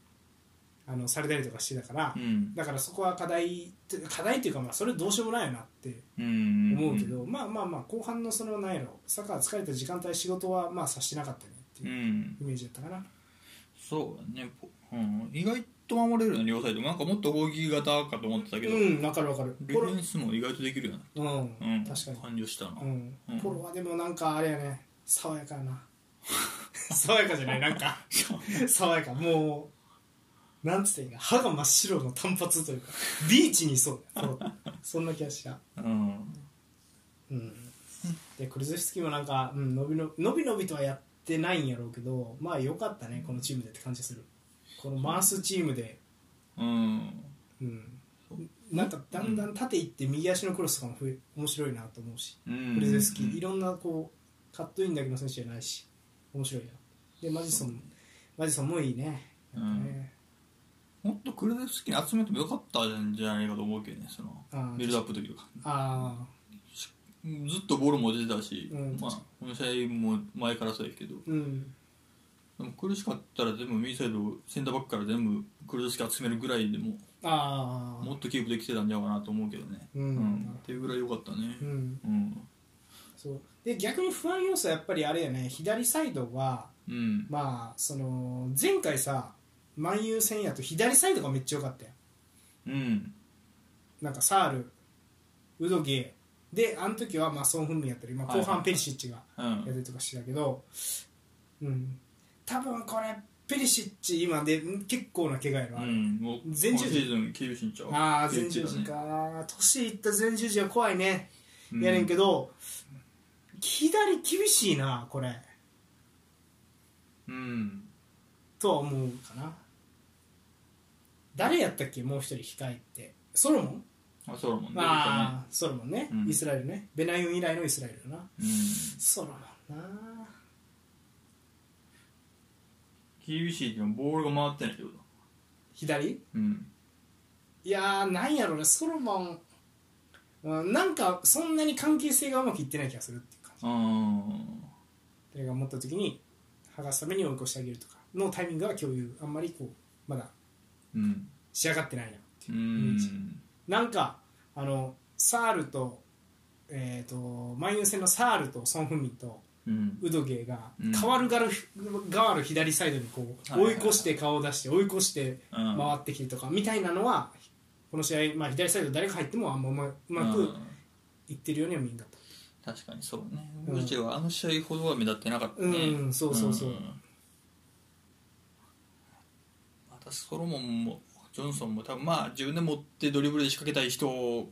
S1: あのされたりとかしてたから、
S2: うん
S1: だからそこは課題って課題っていうかまあそれどうしようもないよなって
S2: うん
S1: 思うけど、まあまあまあ後半のその何やろサッカー疲れた時間帯仕事はまあさしてなかったねってい
S2: う
S1: うんイメージだったかな、
S2: そうだね、ぽうん、意外と守れるよね両サイドなんかもっと攻撃型かと思ってたけど、
S1: う
S2: デ
S1: んわかるわかる
S2: ィ
S1: ポ
S2: フ
S1: ロ
S2: ェンスも意外とできるよね、
S1: うん、
S2: うん、
S1: 確かに、
S2: 感情したな、
S1: うん
S2: うん
S1: ポロはでもなんかあれやね爽やかやな <laughs> 爽やかじゃないなんか <laughs> 爽やかもうなんつっていいか歯が真っ白の短髪というかビーチにいそうだよポロそんな気がした
S2: うん
S1: うんでクルゼフスキーもなんか、うん、伸びの伸び伸びとはやってないんやろうけどまあ良かったねこのチームでって感じするこの回すチームで、
S2: うん
S1: うん、なんかだんだん縦行って右足のクロスとかも増え面白いなと思うし
S2: うん
S1: クルゼフスキーいろんなこうカットインだけの選手じゃないし面白いなでマジソンマジソンもいいねやっぱね
S2: もっとクルゼフスキー集めてもよかったんじゃないかと思うけどねその
S1: あー
S2: ビルドアップというか
S1: ああ
S2: ずっとボールも出てたし、
S1: うん
S2: まあ、この試合も前からそうやけど
S1: うん
S2: でも苦しかったら全部右サイドセンターバックから全部クルゼフスキー集めるぐらいでも
S1: ああ
S2: もっとキープできてたんじゃないかなと思うけどね、
S1: うん
S2: っていうぐらい良かったね
S1: うん
S2: うん
S1: そうで逆に不安要素はやっぱりあれやね左サイドは
S2: うん
S1: まあその前回さ万有戦やと左サイドがめっちゃ良かったよ
S2: うん
S1: なんかサールウドゲーであの時はまあソン・フンミンやったり、まあ、後
S2: はいはいは
S1: 半
S2: い
S1: ペリシッチが
S2: う
S1: やった
S2: ん
S1: りとかしてたけど、うん、多分これペリシッチ今で結構な怪我やろ、あ
S2: う
S1: れ
S2: んもう今シ
S1: 前十字
S2: ーズン厳しいんちゃう
S1: ああ
S2: 厳
S1: 前
S2: し
S1: 十
S2: いだね
S1: 字か年いった前十字は怖いね
S2: うん
S1: やれんけど、左厳しいなこれ
S2: うん
S1: とは思うかな誰やったっけもう一人控えてソロモン
S2: あそうだもんね
S1: ああソロモンね、
S2: うん
S1: イスラエルねベナユン以来のイスラエルだな
S2: うん
S1: ソロモンな
S2: 厳しいけどボールが回ってないってことだ
S1: 左
S2: うん
S1: いやーなんやろうねソロモン、うん、なんかそんなに関係性がうまくいってない気がするっていう感じ
S2: あー
S1: 誰が持った時に剥がすために追い越してあげるとかのタイミングは共有あんまりこうまだ
S2: うん
S1: 仕上がってないなっていううイメージ
S2: ん
S1: なんかあのサールとえー、と万有戦のサールとソン・フンミンと
S2: うん
S1: ウドゲーが
S2: うん
S1: 変わるがる、変わる左サイドにこう
S2: はいは
S1: 追
S2: い
S1: い
S2: はい
S1: 越して顔を出して追い越して
S2: うん
S1: 回ってきてとかみたいなのはこの試合、まあ、左サイド誰が入ってもあんまうまうま
S2: う
S1: く
S2: ん
S1: いってるようには見えんかった。
S2: 確かにそうね
S1: うん
S2: うちはあの試合ほどは目立ってなかったね
S1: うんそうそうそうん
S2: またソロモンもジョンソンも多分まあ自分で持ってドリブルで仕掛けたい人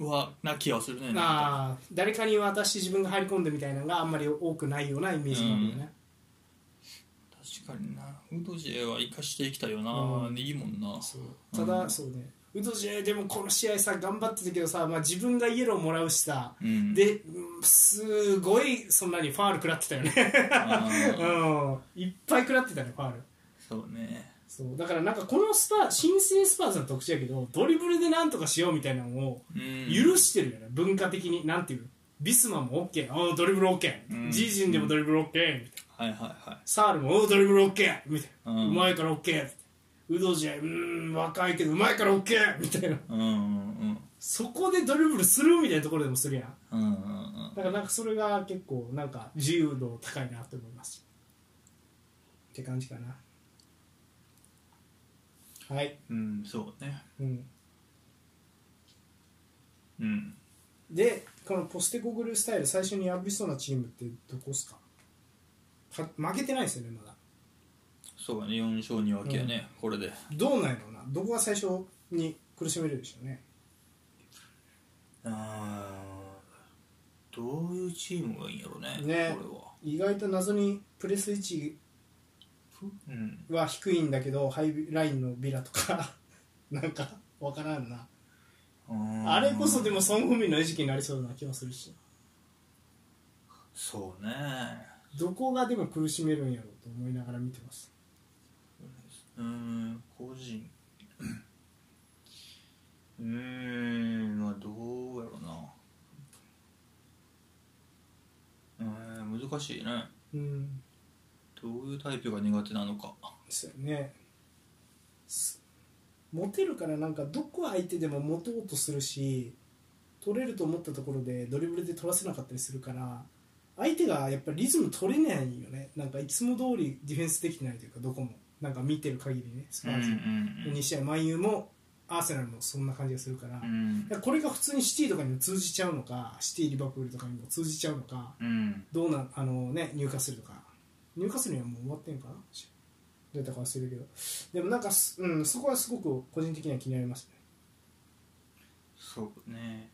S2: はな気はするねなんか
S1: ああ誰かに渡して自分が入り込んでみたいなのがあんまり多くないようなイメージなんだよね、
S2: 確かになウドジェは生かしていきたいよな、
S1: うん
S2: いいもんな
S1: そうただ、
S2: うん
S1: そうねウドジェでもこの試合さ頑張ってたけどさ、まあ、自分がイエローもらうしさ
S2: うん
S1: でうんすごいそんなにファール食らってたよね
S2: あー
S1: <laughs> うんいっぱい食らってたねファール
S2: そうね
S1: そうだからなんかこのスパ新生スパーズの特徴やけどドリブルでなんとかしようみたいなのを
S2: うん
S1: 許してるよね、文化的になんていうビスマも OK あードリブル OK
S2: ん
S1: ジージンでもドリブル OK みたいな
S2: はいはいはい
S1: サールも「おうドリブル OK」みたいな「
S2: う
S1: うんまいから OK」ってウドジェうーん若いけどうまいから OK」みたいな
S2: うんうん
S1: そこでドリブルするみたいなところでもするやん
S2: うんうんうん
S1: だからなんかそれが結構なんか自由度高いなと思いますって感じかなはい、
S2: うんうんそうね
S1: うん、
S2: うん
S1: でこのポステコグルースタイル最初に破りそうなチームってどこっすかか負けてないですよねまだ
S2: そうだね4勝2分けやね、これで
S1: どうなんやろうなどこが最初に苦しめるでしょうね
S2: あーどういうチームがいいんやろね
S1: ね
S2: これは
S1: 意外と謎にプレス位置
S2: うん
S1: は低いんだけどハイラインのビラとか <laughs> なんかわからんなあれこそでもソン・フンミンの餌食になりそうな気もするし
S2: そうね
S1: どこがでも苦しめるんやろうと思いながら見てます
S2: うん個人うーんまあどうやろなうん難しいね
S1: うん
S2: どういうタイプが苦手なのか
S1: ですよねすモテるからなんかどこ相手でも持とうとするし取れると思ったところでドリブルで取らせなかったりするから相手がやっぱりリズム取れないよねなんかいつも通りディフェンスできてないというかどこもなんか見てる限りねスパーズの2試合万有もアーセナルもそんな感じがするから
S2: う、ん
S1: これが普通にシティとかにも通じちゃうのかシティリバプールとかにも通じちゃうのか
S2: うん
S1: どうなんあのね入荷するとか入荷するにはもう終わってんかな出たか忘れるけどでもなんかす、うん、そこはすごく個人的には気になりますね
S2: そうね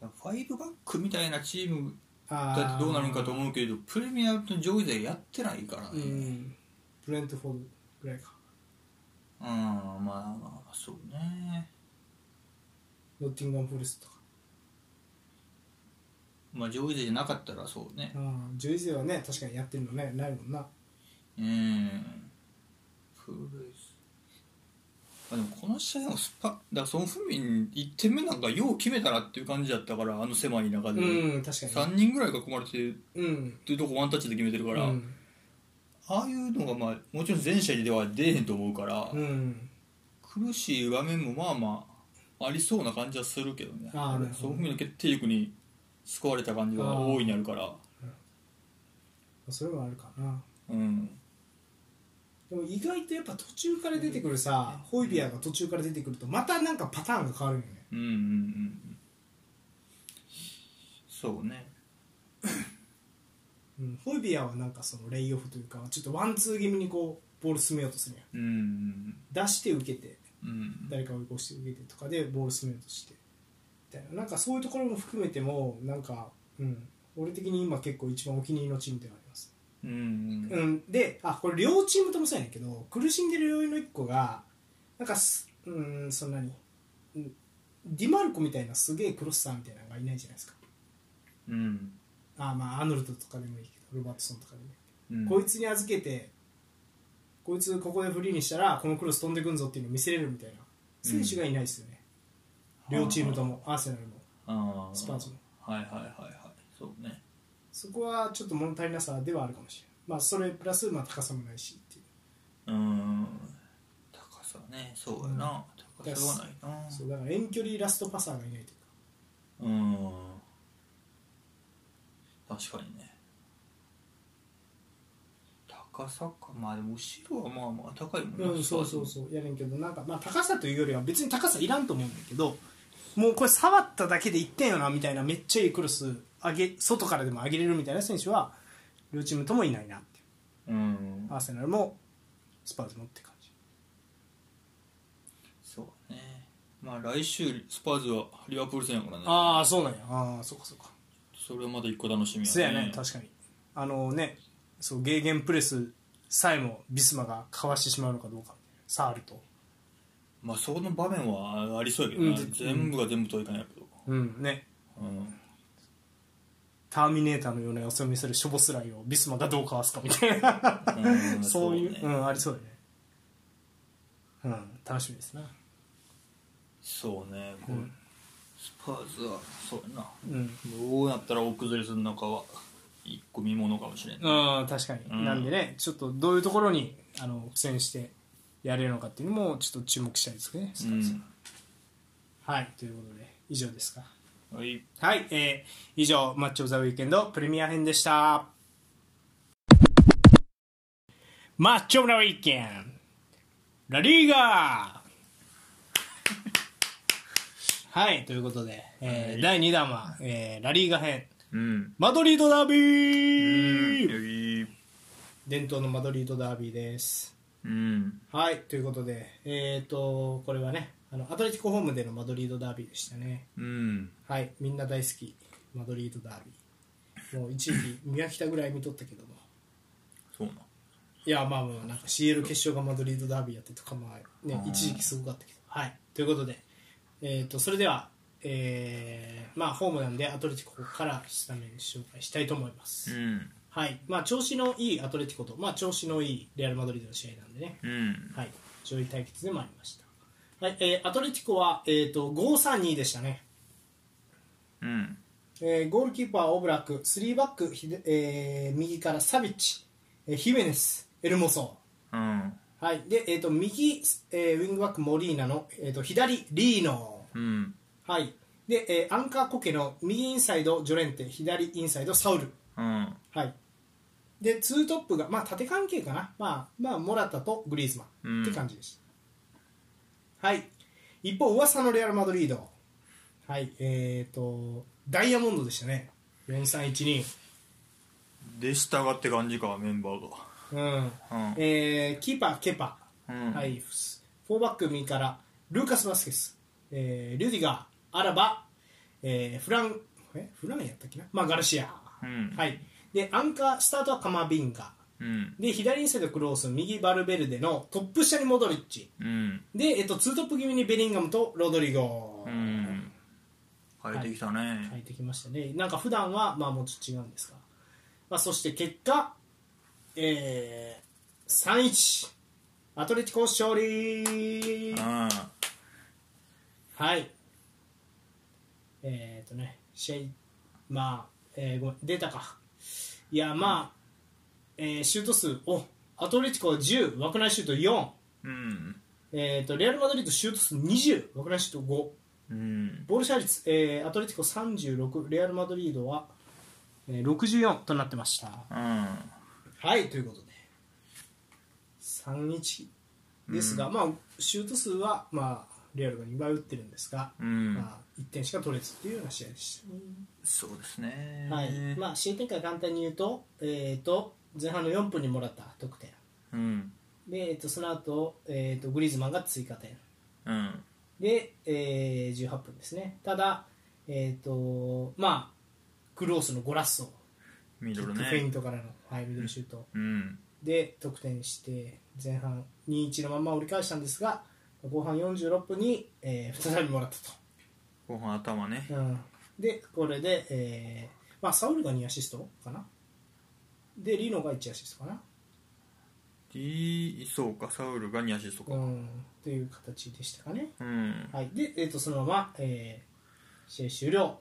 S2: だからファイブバックみたいなチーム
S1: あー
S2: だってどうなるんかと思うけどプレミアと上位勢やってないから
S1: う
S2: ね
S1: んブレントフォードぐらいか
S2: うんまあまあそうね
S1: ノッティンガン・フォレストとか
S2: まあ上位勢じゃなかったらそうね
S1: あジョイゼはね確かにやってるのねないもんな
S2: うんプレスあでもこの試合のスパだからソン・フンミン1点目なんかよう決めたなっていう感じだったからあの狭い中
S1: う
S2: で、
S1: ん確かに
S2: 3人ぐらい囲まれて
S1: うん
S2: るとこワンタッチで決めてるから、
S1: うん
S2: ああいうのがまあもちろん全試合では出えへんと思うから、
S1: うん
S2: 苦しい場面もまあまあありそうな感じはするけどね
S1: あーなるほど
S2: ソン・フンミンの決定力に救われた感じが大いにあるから
S1: それもあるかな
S2: うん
S1: でも意外とやっぱ途中から出てくるさ、ホイビアが途中から出てくるとまたなんかパターンが変わるよね
S2: うんうんうんうんそうね
S1: うん、ホイビアはなんかそのレイオフというかちょっとワンツー気味にこうボール進めようとするやん
S2: うんうん
S1: 出して受けて
S2: うん
S1: 誰かを追い越して受けてとかでボール進めようとしてみたいななんかそういうところも含めてもなんか、うん、俺的に今結構一番お気に入りのチームではあります、
S2: うんうん
S1: うん、であこれ両チームともそうやねんけど苦しんでる要因の一個がなんかすうんそんなに、うん、ディマルコみたいなすげえクロスさんみたいなのがいないじゃないですか
S2: うん
S1: あまあアーノルドとかでもいいけどロバートソンとかでもいい
S2: うん
S1: こいつに預けてこいつここでフリーにしたらこのクロス飛んでくんぞっていうのを見せれるみたいな選手がいないですよね、両チームともアーセナルも
S2: あ
S1: スパーズも
S2: はいはいはいはいそうね
S1: そこはちょっと物足りなさではあるかもしれないまあそれプラスまあ高さもないしっていう
S2: うん高さねそうやな、高さはないな
S1: そうだから遠距離ラストパサーがいないというか
S2: うん確かにね高さかまあでも後ろはまあまあ高いもんな
S1: うん、そうそうそうやれんけどなんか、まあ、高さというよりは別に高さいらんと思うんだけどもうこれ触っただけで1点よなみたいなめっちゃいいクロス上げ外からでも上げれるみたいな選手は両チームともいないなっていう
S2: うん
S1: アーセナルもスパーズもって感じ
S2: そうねまあ来週スパーズはリバプール戦やからね
S1: ああそうなんやああそうかそうか
S2: それはまた一個楽しみ
S1: そうやね確かにあのねそうゲーゲンプレスさえもビスマがかわしてしまうのかどうかサールと
S2: まあそこの場面はありそうやけどな、
S1: うん
S2: 全部が全部とはいかない
S1: <laughs>
S2: けど、
S1: うんね
S2: うん、
S1: ターミネーターのような予想を見せるショボスライをビスマがどうかわすかみたいな
S2: う
S1: <laughs>
S2: ん
S1: そういう
S2: そ
S1: う
S2: うね
S1: んありそうだねうん楽しみですな
S2: そうね、
S1: う
S2: こうんスパーズはそうやな
S1: うん
S2: どうなったら大崩れするのかは一個見ものかもしれんな
S1: うん確かに、
S2: うん
S1: なんでねちょっとどういうところにあの苦戦してやれるのかっていうのもちょっと注目したいですね、ス
S2: う
S1: ターズ
S2: ん
S1: はいということで以上ですか
S2: はい
S1: はい、えー以上、マッチョ・オブザ・ウィーケンドプレミア編でした。マッチョ・オブ・ザ・ウィーケンドラ・リー
S2: <laughs>
S1: ガーはい、ということで、えー
S2: はい
S1: 第2弾は、えーラ・リーガ編、
S2: うん
S1: マドリード・ダービー、
S2: うん
S1: 伝統のマドリード・ダービーです。
S2: うん
S1: はい、ということで、えっ、と、これはね、あのアトレティコホームでのマドリード・ダービーでしたね。
S2: うん
S1: はい、みんな大好き、マドリードダービー。もう一時期、宮北ぐらい見とったけども。
S2: そうない
S1: や、まあまあ、なんか CL 決勝がマドリードダービーやってとか、まあ、ね、
S2: うん
S1: 一時期すごかったけど。はい、ということで、えっとそれでは、えーまあ、ホームなんで、アトレティコからスタメン紹介したいと思います。
S2: うん
S1: はい、まあ、調子のいいアトレティコと、まあ、調子のいいレアル・マドリードの試合なんでね。
S2: うん
S1: はい、上位対決でもありました。はい、えーアトレティコは、えっと5 3 2でしたね。
S2: うん
S1: えーゴールキーパーオブラク3バックひで、えー右からサビッチ、えーヒメネスエルモソ
S2: うん
S1: ン、はいでえー、と右、えーウィングバックモリーナの、えー、と左リーノ
S2: うん
S1: はいで、えーアンカーコケの右インサイドジョレンテ左インサイドサウル
S2: うん
S1: はいでツートップが、まあ、縦関係かな、まあまあ、モラタとグリーズマン、
S2: うん
S1: って感じでしたはい一方噂のレアル・マドリードはいえっ、とダイヤモンドでしたね4312
S2: でしたがって感じかメンバーが
S1: うん
S2: うん
S1: えーキーパーケパ、
S2: うん
S1: はいフォーバック右からルーカス・バスケス、えーリュディガーアラバ、えーフランえフランやったっけな、まあ、ガルシア、
S2: うん
S1: はいでアンカースタートはカマビンガ
S2: うん
S1: で左インサイドクロース右バルベルデのトップ下にモドリッチ
S2: うん
S1: で、えっと、ツートップ気味にベリンガムとロドリゴ、
S2: うん変えてきた
S1: 入
S2: ね
S1: ってきましたねなんか普段はまあもうちょっと違うんですが、まあ、そして結果、えー、3-1アトレティコ勝利
S2: うん
S1: はいえっ、ー、とね試合まあ、えーごめん出たかいやまあ、えーシュート数おアトレティコ10枠内シュート4
S2: うん
S1: えー、とレアル・マドリードシュート数20枠内シュート5
S2: うん
S1: ボールシェア率、えーアトレティコ36レアル・マドリードは、えー64となってました
S2: うん
S1: はいということで3-1ですが、まあ、シュート数は、まあ、レアルが2倍打ってるんですが、
S2: うん
S1: まあ、1点しか取れずっていうような試合でした、
S2: そうですね
S1: はいまあ、試合展開簡単に言うと,、えー、と前半の4分にもらった得点
S2: うん
S1: で、えー、とその後、えー、とグリーズマンが追加点
S2: うん
S1: で、えー18分ですねただえっ、とまあクロースのゴラッソ
S2: ミ
S1: キ
S2: ド
S1: ッ
S2: ル
S1: クフェイン
S2: ね
S1: トからの、はい、ミドルシュート
S2: うん
S1: で得点して前半2-1のまま折り返したんですが後半46分に、えー再びもらった
S2: 後半頭ね
S1: と、うん、でこれで、えーまあ、サウルが2アシストかなでリノが1アシストかな
S2: D そうかサウルがニアシスト
S1: う
S2: か
S1: んという形でしたかね
S2: うん
S1: はい、で、えー、とそのまま、えー試合終了、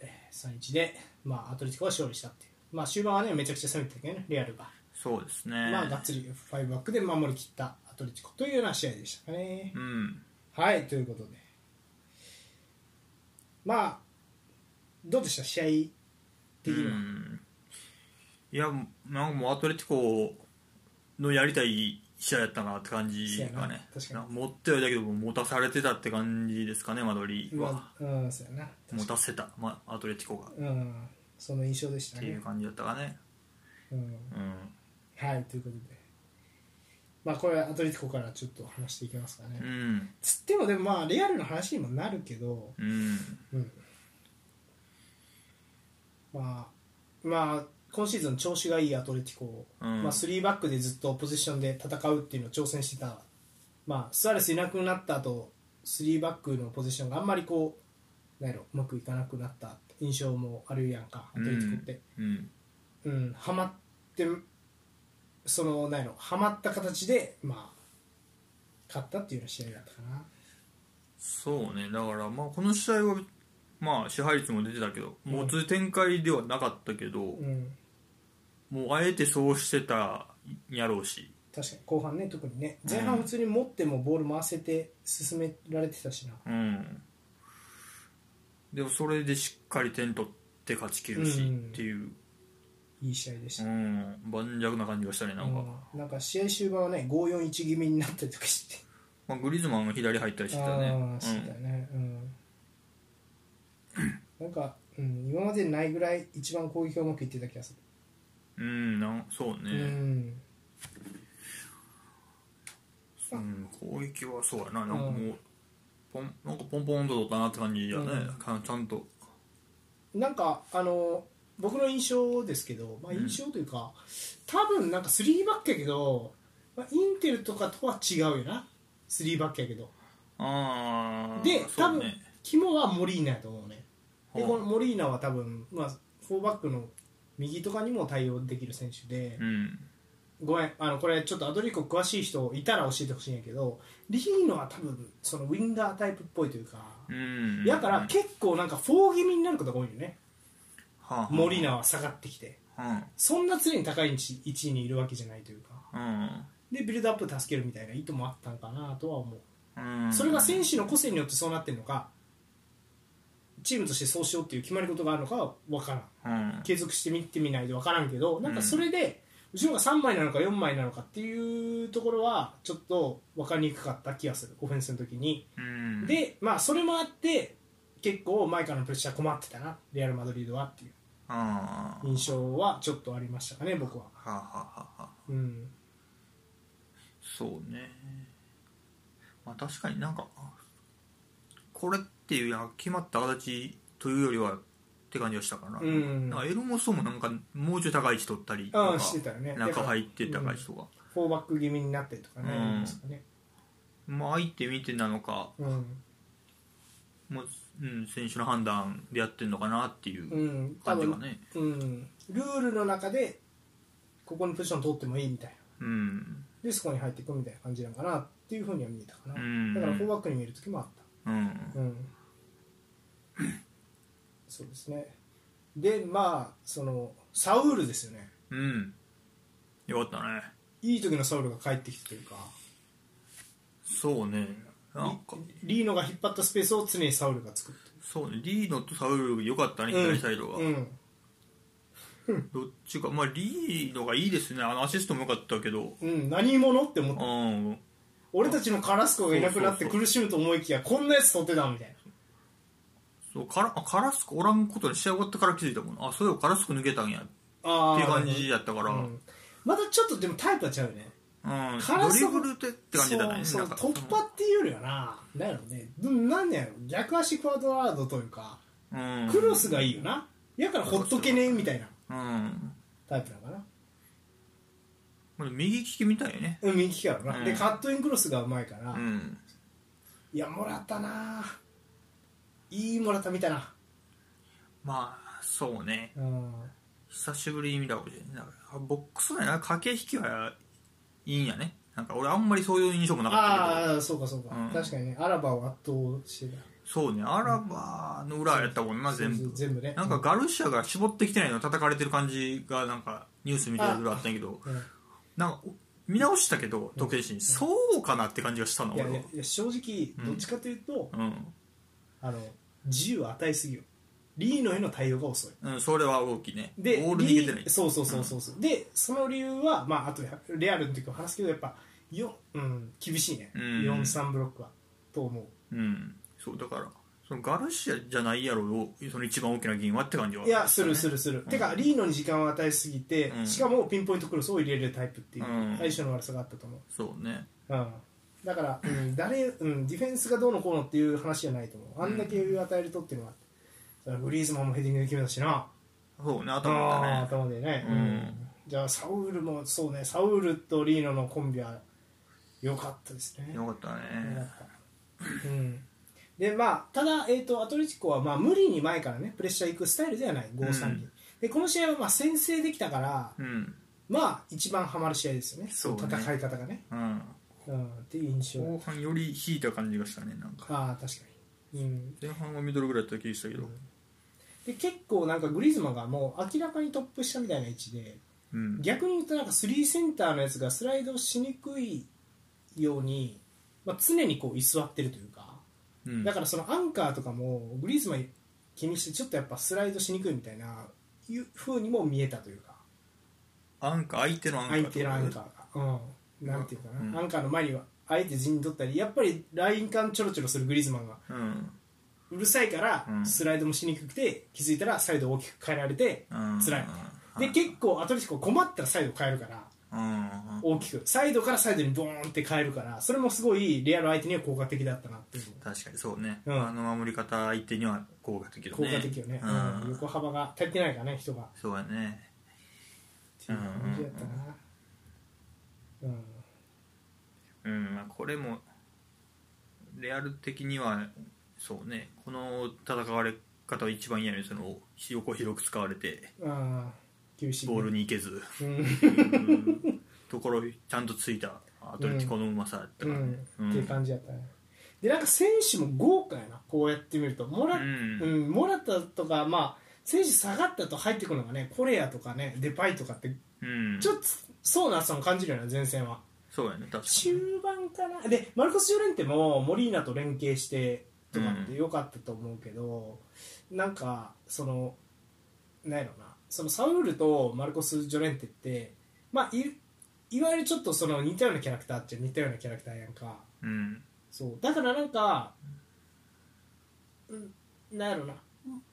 S1: えー、3-1で、まあ、アトレティコが勝利したっていう、まあ、終盤はねめちゃくちゃ攻めてたけどねレアルが、
S2: そうですね
S1: まあ、がっつりファイブバックで守り切ったアトレティコというような試合でしたかね、
S2: うん
S1: はいということでまあどうでした試合的には、
S2: うんいやなんかもうアトレティコのやりたい試合やったなって感じ
S1: そうやな
S2: がね
S1: 確かに
S2: な持ってはいたけど持たされてたって感じですかねマドリーは
S1: まあうんそうやな
S2: 持たせた、まあ、アトレティコがっ
S1: うんその印象でした
S2: てい
S1: ね
S2: う、感じだったかね
S1: うん、
S2: う
S1: はいということでまあこれはアトレティコからちょっと話していきますかね、
S2: んうん
S1: つってもでもまあレアルの話にもなるけど、
S2: うん
S1: うんまあまあ今シーズン調子がいいアトレティコを、
S2: うん
S1: まあ、3バックでずっとポジションで戦うっていうのを挑戦してた、まあ、スアレスいなくなった後3バックのポジションがあんまりこうなんやろうまくいかなくなった印象もあるやんかアトレティコって、
S2: うん
S1: うんはまってそのなんやろはまった形でまあ勝ったっていうような試合だったかな。
S2: そうねだからまあこの試合はまあ支配率も出てたけど持つ展開ではなかったけど、
S1: うん
S2: もうあえてそうしてたんやろうし
S1: 確かに後半ね特にね
S2: うん
S1: 前半普通に持ってもボール回せて進められてたしな、
S2: うん、でもそれでしっかり点取って勝ち切るし
S1: うん
S2: っていう、
S1: いい試合でし
S2: う
S1: た、
S2: ん、盤石な感じがしたねなんか、
S1: うんなんか試合終盤はね541気味になったりと
S2: <laughs>
S1: かして
S2: まあ、グリズマンが左入ったりしてたね
S1: ああしてたねうん、なんか、うん、今までにないぐらい一番攻撃がうまくいってた気がす
S2: うん、うんなんそう
S1: る、
S2: ね、
S1: うん
S2: うん攻撃はそうやななんか
S1: うん
S2: もうポンなんかポンポンと取ったなって感じやね、
S1: うん
S2: かちゃんと
S1: なんかあの僕の印象ですけど、まあ、
S2: うん
S1: 印象というか、多分なんか3バックやけど、まあ、インテルとかとは違うよな3バックやけど
S2: ああ
S1: で
S2: そ
S1: 多
S2: う
S1: 分
S2: ね
S1: 肝はモリーナやと思うねで
S2: はあ
S1: このモリーナは多分、まあ、4バックの右とかにも対応できる選手で
S2: う、ん
S1: ごめんあのこれちょっとアドリコ詳しい人いたら教えてほしいんやけどリーノは多分そのウィンガータイプっぽいというか、
S2: うん
S1: だから結構なんか4気味になることが多いよね
S2: はあ
S1: モリナは下がってきて
S2: うん
S1: そんな常に高い位置位置にいるわけじゃないというか
S2: うん
S1: でビルドアップで助けるみたいな意図もあったんかなとは思う
S2: うん
S1: それが選手の個性によってそうなってるのかチームとしてそうしようっていう決まり事があるのかは分からん
S2: うん
S1: 継続して見てみないと分からんけどなんかそれで後ろが3枚なのか4枚なのかっていうところはちょっと分かりにくかった気がするオフェンスの時に
S2: うん
S1: でまあそれもあって結構前からのプレッシャー困ってたなレアル・マドリードはっていう
S2: うんは
S1: 印象はちょっとありましたかね僕は、
S2: あはあはあはあ
S1: うん、
S2: そうねまあ確かになんかこれっていうや決まった形というよりはって感じはしたかな,、
S1: うん
S2: なんかエルモソもなんかもうちょい高い位置取ったり
S1: あ
S2: な
S1: あ
S2: んか
S1: してたよね
S2: 中入って
S1: だ
S2: 高
S1: から
S2: い位置とか、
S1: フォーバック気味になってとかね,、
S2: うん
S1: ですかね
S2: まあ相手見てなのか、
S1: うん
S2: もううん、選手の判断でやってんのかなっていう
S1: うん、多
S2: 感じが
S1: 分
S2: ね
S1: うん、ルールの中でここにポジション取ってもいいみたいな
S2: うん
S1: でそこに入っていくみたいな感じなのかなっていうふうには見えたかな、
S2: うん
S1: だからフォーバックに見える時もあっ
S2: うん
S1: た、 <laughs> うん、そうですねでまあそのサウールですよね
S2: うんよかったね
S1: いい時のサウルが帰ってきてというか
S2: そうねなんか
S1: リリーノが引っ張ったスペースを常にサウルが作って
S2: そうねリーノとサウルよかったね
S1: うん
S2: 左サイドが、
S1: うん
S2: どっちかまあリードがいいですねあのアシストもよかったけど
S1: うん、何者って思っ
S2: う
S1: た
S2: ん
S1: 俺たちのカラスコがいなくなって苦しむと思いきやこんなやつ取ってたみたいな
S2: そうカラあカラスコおらんことに試合終わってから気づいたもんあそういえばカラスコ抜けたんやって
S1: あ
S2: い
S1: ー
S2: う感じやったから、
S1: う
S2: うん
S1: んまだちょっとでもタイプは違うよねカラ
S2: ド
S1: ス
S2: リ
S1: コ
S2: ブルでって感じだったね
S1: そう
S2: なんか
S1: そう突破っていうよりはななんやろうねでもなんやろ逆足クワドラードというか
S2: うん
S1: クロスがいいよなやからほっとけねえみたいな
S2: うん
S1: タイプなのかな
S2: まあ右利きみたいよね
S1: うん右利きやろな、
S2: うん
S1: でカットインクロスがうまいから、
S2: うん
S1: いやもらったなあいいもらったみたいな
S2: まあそうね
S1: うん
S2: 久しぶりに見たかもしれないなんかあボックス内な駆け引きはいいんやねなんか俺あんまりそういう印象もなかったけど
S1: ああそうかそうか、
S2: うん
S1: 確かにねアラバを圧倒してた
S2: そうねアラバの裏やったもんな
S1: そ
S2: 全
S1: うそう
S2: 部
S1: 全部ね
S2: なんかガルシアが絞ってきてないの叩かれてる感じがなんかニュース見てるぐらいあったんやけど
S1: うんうん
S2: なんか見直したけど時計心そうかなって感じがしたの
S1: い
S2: 俺
S1: や
S2: はい
S1: やいや正直
S2: ん
S1: どっちかというと、
S2: うん
S1: あの自由を与えすぎよリーノへの対応が遅い
S2: うんそれは大きいね
S1: で
S2: ボール逃げてない
S1: リーそうそうそうそうそうでその理由はまああとでレアルの時も話すけどやっぱよ、うん、厳しいね、
S2: うん
S1: 43ブロックはと思う
S2: うんそうだからそのガルシアじゃないやろその一番大きな議員はって感じはい
S1: やするするする、てかリーノに時間を与えすぎて、
S2: うん
S1: しかもピンポイントクロスを入れるタイプっていう
S2: うん
S1: 相性の悪さがあったと思う、
S2: そうね
S1: うん、だから、うん誰うん、ディフェンスがどうのこうのっていう話じゃないと思うあんだけ余裕を与えるとっていうのはそれはグリーズマンもヘディングで決めたしな
S2: そうね頭だ
S1: あー
S2: ね
S1: 頭でね、
S2: うん
S1: じゃあサウルもそうねサウルとリーノのコンビは良かったですね
S2: よかった
S1: 良か
S2: ね
S1: ったうんでまあただ、えー、とアトレティコは、まあ、無理に前からねプレッシャーいくスタイルではない5 3に、
S2: うん
S1: でこの試合はまあ先制できたから、
S2: うん
S1: まあ一番ハマる試合ですよね
S2: そうね
S1: 戦い方がね、
S2: うん
S1: うん、っていう印象
S2: 後半より引いた感じがしたねなんか
S1: ああ確かに、うん、
S2: 前半はミドルぐらいだった気がしたけど
S1: で結構なんかグリーズマンがもう明らかにトップしたみたいな位置で
S2: うん
S1: 逆に言うとなんか3センターのやつがスライドしにくいように、まあ、常にこう居座ってるというか
S2: うん
S1: だからそのアンカーとかもグリーズマン気にしてちょっとやっぱスライドしにくいみたいないう風にも見えたというか
S2: アンカー相手のアンカー
S1: 相手のアンカーが、うん、なんていうかな、
S2: うん
S1: アンカーの前にはあえて陣取ったりやっぱりライン間ちょろちょろするグリーズマンが
S2: ーうん
S1: うるさいから
S2: うん
S1: スライドもしにくくて気づいたらサイドを大きく変えられて
S2: うん
S1: 辛い
S2: うん
S1: で結構アトレティコ困ったらサイド変えるから。
S2: うん
S1: 大きくサイドからサイドにボーンって変えるからそれもすごいレアル相手には効果的だったなっていう
S2: 確かにそうね
S1: うん
S2: あの守り方相手には効果的だね
S1: 効果的よね、
S2: うん
S1: うん横幅が足りてないからね人がっ
S2: そうやね
S1: ていう感じだったなうん、
S2: うんまあこれもレアル的にはそうねこの戦われ方は一番嫌ねその横広く使われて
S1: あー厳しい
S2: ボールに行けず、
S1: うん
S2: うんところちゃんとついたアトレティコのうまさだった
S1: う
S2: からね
S1: ん
S2: うん
S1: っていう感じだったねでなんか選手も豪華やなこうやってみるともら,、
S2: うん
S1: うんもらったとかまあ選手下がったと入ってくるのがねコレアとかねデパイとかって
S2: うん
S1: ちょっとそうな暑さも感じるよね前線は
S2: そうやね確かに
S1: 中盤かなでマルコス・ジョレンテもモリーナと連携してとかって良かったと思うけど、なんかそのなんやろなそのサウルとマルコス・ジョレンテってまあいいわゆるちょっとその似たようなキャラクターっちゃ似たようなキャラクターやんか
S2: うん
S1: そうだからなんか、うん、なんやろな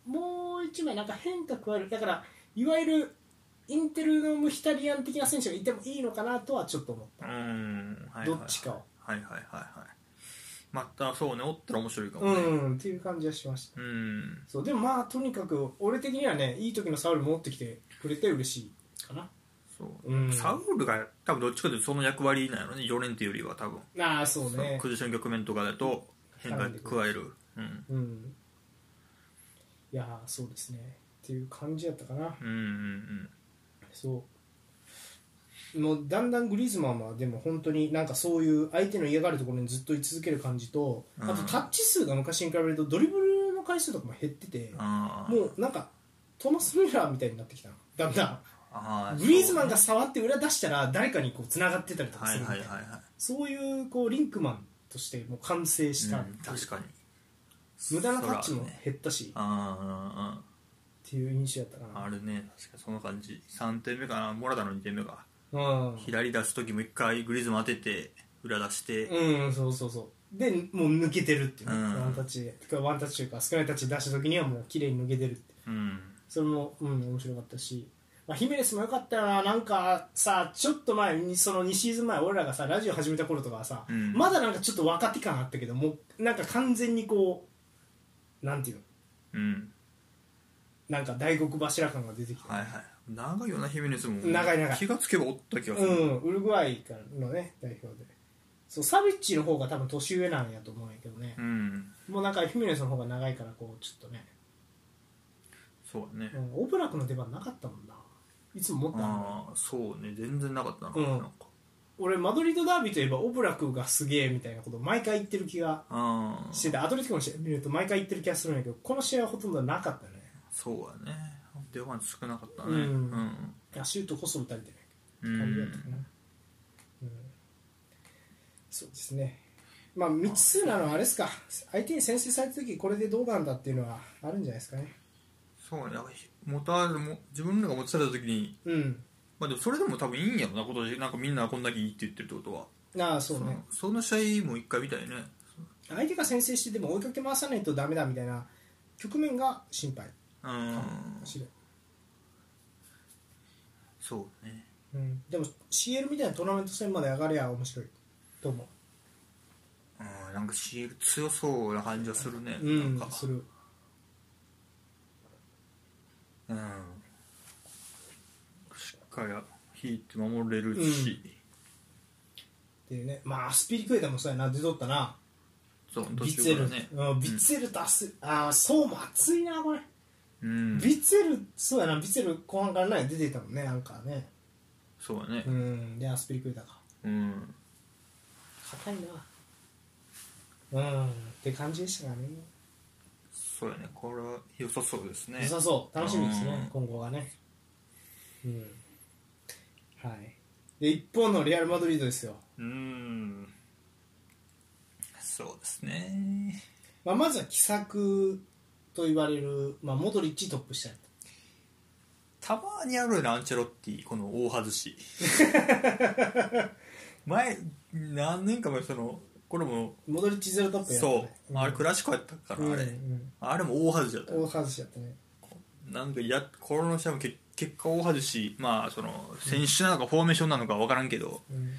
S1: もう一枚なんか変化加えるだからいわゆるインテルのムヒタリアン的な選手がいてもいいのかなとはちょっと思っ
S2: うん
S1: た、
S2: はいはいはい
S1: どっちかを
S2: はいはいはいはいまたそうねおったら面白いかも
S1: う
S2: ね
S1: ん、っていう感じはしました
S2: うん
S1: そうでもまあとにかく俺的にはねいい時のサウル持ってきてくれて嬉しいかな
S2: そう、
S1: うん
S2: サウルが多分どっちかというとその役割なんやろねジョレンテよりは多分
S1: ああそう
S2: その
S1: ね
S2: 崩しの局面とかだと変化加えるうん
S1: うんいやーそうですねっていう感じやったかな
S2: うんうん
S1: そうもうだんだんグリーズマンはでも本当になんかそういう相手の嫌がるところにずっと居続ける感じとあと
S2: うん
S1: タッチ数が昔に比べるとドリブルの回数とかも減ってて
S2: うんああ
S1: もうなんかトーマス・ミュラーみたいになってきたのだんだ
S2: ああ
S1: んグリーズマンが
S2: そ
S1: 触って裏出したら誰かにこうつながってたりと
S2: う
S1: か
S2: は
S1: す
S2: い
S1: るみた
S2: はいい
S1: な
S2: はいは
S1: そういうこうリンクマンとしてもう完成
S2: い、
S1: した、
S2: うん確かに
S1: 無駄なタッチ
S2: そ
S1: も
S2: らあるね
S1: 減ったし、
S2: あ
S1: っていう印象やった
S2: ああ
S1: な
S2: あるね確かにその感じ3点目かなモラダの2点目か
S1: うん
S2: 左出す時も1回グリーズマン当てて裏出して、
S1: うんそうそうそうでもう抜けてるっていうね、
S2: うん
S1: ワンタッチでてかワンタッチというか少ないタッチ出した時にはもう綺麗に抜けてるって
S2: うん、
S1: それもうん面白かったし、まあ、ヒメレスも良かったよななんかさちょっと前にその2シーズン前俺らがさラジオ始めた頃とかはさ、
S2: うん
S1: まだなんかちょっと若手感あったけどもうなんか完全にこうなんていうの
S2: うん、
S1: なんか大黒柱感が出てきた、
S2: はいはい長いよなヒメネスも
S1: 長い長い
S2: 気がつけばおった気がする、
S1: うん、ウルグアイからのね代表でそうサビッチの方が多分年上なんやと思うんやけどね
S2: う、ん、
S1: もうなんかヒメネスの方が長いからこうちょっとね、
S2: そうだね、
S1: うん、オブラクの出番なかったもんないつも持ったの
S2: ああそうね全然なかったな,、
S1: うん
S2: なんか
S1: 俺マドリードダービーといえばオブラクがすげえみたいなこと毎回言ってる気が
S2: ああ
S1: しててアトレティコの試合見ると毎回言ってる気がするんやけどこの試合はほとんどなかったね
S2: そうだね出番少なかったね
S1: うん
S2: うん
S1: いやシュートこそ打たれてな
S2: う
S1: い感じだ
S2: ん
S1: ったかな、うん、そうですねまあ未知数なのはあれですか相手に先制された時これでどうなんだっていうのはあるんじゃないですかね
S2: そうねなんかひ持たも自分らが持ちされた時に
S1: うん
S2: まあでもそれでも多分いいんやろな今年なんかみんなこんだけいいって言ってるってことは
S1: ああそうね、
S2: のその試合も一回見たいね
S1: 相手が先制してでも追いかけ回さないとダメだみたいな局面が心配
S2: うん
S1: しれ
S2: そうね
S1: うん、でも CL みたいなトーナメント戦まで上がりゃ面白いと思
S2: うんなんか CL 強そうな感じはするね
S1: う、うん
S2: なんか
S1: する
S2: うんしっかり引いて守れるし、
S1: っていうねまあアスピリクエタもそうやな出とったな
S2: そう
S1: ビッ
S2: 途
S1: ツェ
S2: 中
S1: ル、
S2: からね
S1: うん、ビッツェルとアス、ああそうも熱いなこれ、
S2: うん
S1: ビッツェルそうやなビッツェル後半からね出てたもんねなんかね
S2: そうだね
S1: うんでアスピリクエタか
S2: うん
S1: 硬いなうんって感じでしたからね
S2: そうやねこれは良さそうですね
S1: 良さそう楽しみですね、
S2: うん
S1: 今後がねうんはいで一方のレアル・マドリードですよ、
S2: うんそうですね
S1: まあ、まずは奇策と言われる、まあ、モドリッチトップしたり
S2: たまにあるよねアンチェロッティこの大外し
S1: <laughs>
S2: 前何年か前そのこれも
S1: モドリッチゼロトップやった、
S2: そ
S1: ね、
S2: うあれクラシコやったからあれ、
S1: うん
S2: あれも大外しだった
S1: うん、大外しやったね
S2: なんかやこの試合もけ結果大外しまあその選手なのかフォーメーションなのか分からんけど、
S1: うん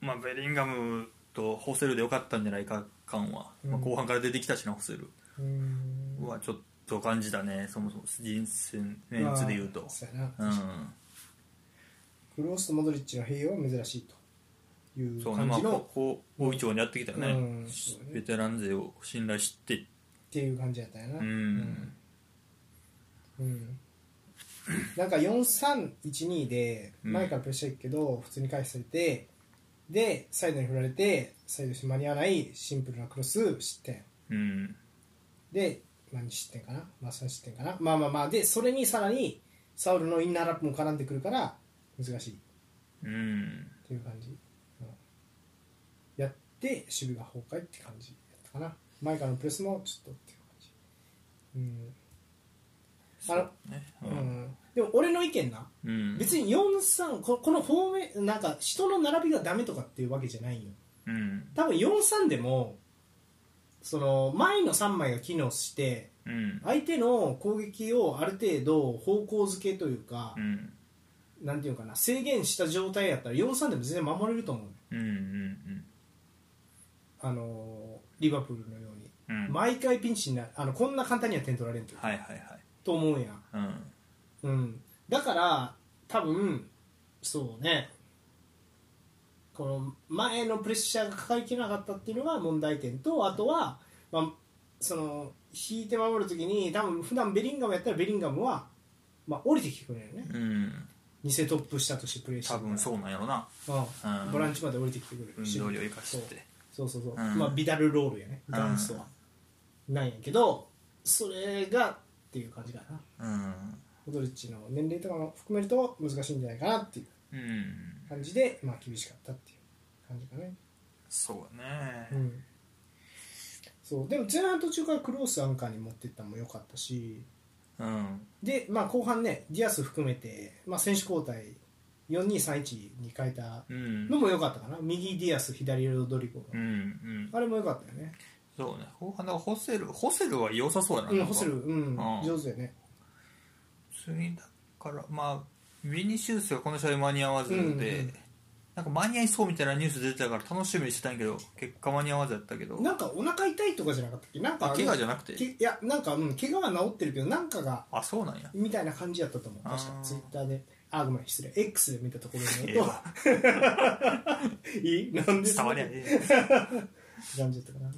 S2: まあ、ベリンガムとホセルでよかったんじゃないか感は、ま
S1: う
S2: あ、
S1: ん
S2: 後半から出てきたしなホセル
S1: うん
S2: はちょっと感じたねそもそも人選メンツでいう
S1: ま
S2: と
S1: あ、そうやな
S2: うん
S1: クロースとモドリッチの併用は珍しいという
S2: そうねま
S1: 感
S2: あ
S1: じの、
S2: ここを一応にやってきたよね、
S1: うんそうね
S2: ベテラン勢を信頼して
S1: っていう感じやったよな
S2: うん、
S1: うんなんか4312で
S2: うん
S1: 前からプレッシャーいくけど普通に返されてでサイドに振られてサイドして間に合わないシンプルなクロス失点
S2: うん
S1: で、何失点かな、まあ、3失点かなまあまあまあでそれにさらにサウルのインナーラップも絡んでくるから難しい
S2: うん
S1: っていう感じ、うんやって守備が崩壊って感じやったかな前からのプレスもちょっとっていう感じうんあの
S2: ね
S1: うんでも俺の意見な
S2: うん
S1: 別に43ここの方面なんか人の並びがダメとかっていうわけじゃないよ
S2: うん
S1: 多分43でもその前の3枚が機能して
S2: うん
S1: 相手の攻撃をある程度方向づけというか
S2: う、ん
S1: なんていうのかな制限した状態やったら43でも全然守れると思う
S2: うんうん
S1: あのリバプールのように、
S2: うんうん
S1: 毎回ピンチになるあのこんな簡単には点取られんと,、
S2: はいはいはい
S1: と思うやん、
S2: うん
S1: うん、だから多分そうねこの前のプレッシャーがかかりきれなかったっていうのが問題点とあとは、まあ、その引いて守るときに多分普段ベリンガムやったらベリンガムは、まあ、降りてきてくれるよね
S2: うん
S1: 偽トップしたとしてプレーして
S2: 多
S1: るから
S2: 分そうなんやろな
S1: うん
S2: うん
S1: ボランチまで降りてきてくれる
S2: 運動量生かして
S1: そうそうそうそう、
S2: うん
S1: まあビダルロールやね元祖は、なんやけどそれがっていう感じかな
S2: うん
S1: モドリッチの年齢とかも含めると難しいんじゃないかなっていう
S2: うん
S1: 感じでまあ厳しかったっていう感じかね
S2: そうだ
S1: う
S2: ね
S1: んそうでも前半途中からクロースアンカーに持ってったのも良かったし
S2: うん
S1: で、まあ、後半ねディアス含めて、まあ、選手交代4231に変えた
S2: うん
S1: のも良かったかな右ディアス左ロドリゴが、
S2: うんうん
S1: あれも良かったよね
S2: そうね後半だからホセルホセルは良さそうやな
S1: う、
S2: なんんか
S1: ホセル、うん
S2: うん、
S1: 上手だよね。
S2: 次だからまあビニシウスがこの試合間に合わずで、
S1: うんうん
S2: なんか間に合いそうみたいなニュース出てたから楽しみにしてたんやけど結果間に合わずやったけど
S1: なんかお腹痛いとかじゃなかったっけなんか
S2: あ怪我じ
S1: ゃ
S2: ゃなくて
S1: いや、なんか、うん、怪我は治ってるけど、なんかが、
S2: あそ
S1: <laughs>
S2: うなんや
S1: みたいな感じだったと思う。確
S2: あ
S1: か
S2: ー、
S1: ツイッターで。あ、ごめん、失礼。X で見たところ
S2: え
S1: に
S2: え
S1: よ
S2: わ
S1: ると、 <laughs> いいなんで
S2: 伝わりゃ
S1: い <laughs>
S2: え
S1: 感じだったかな。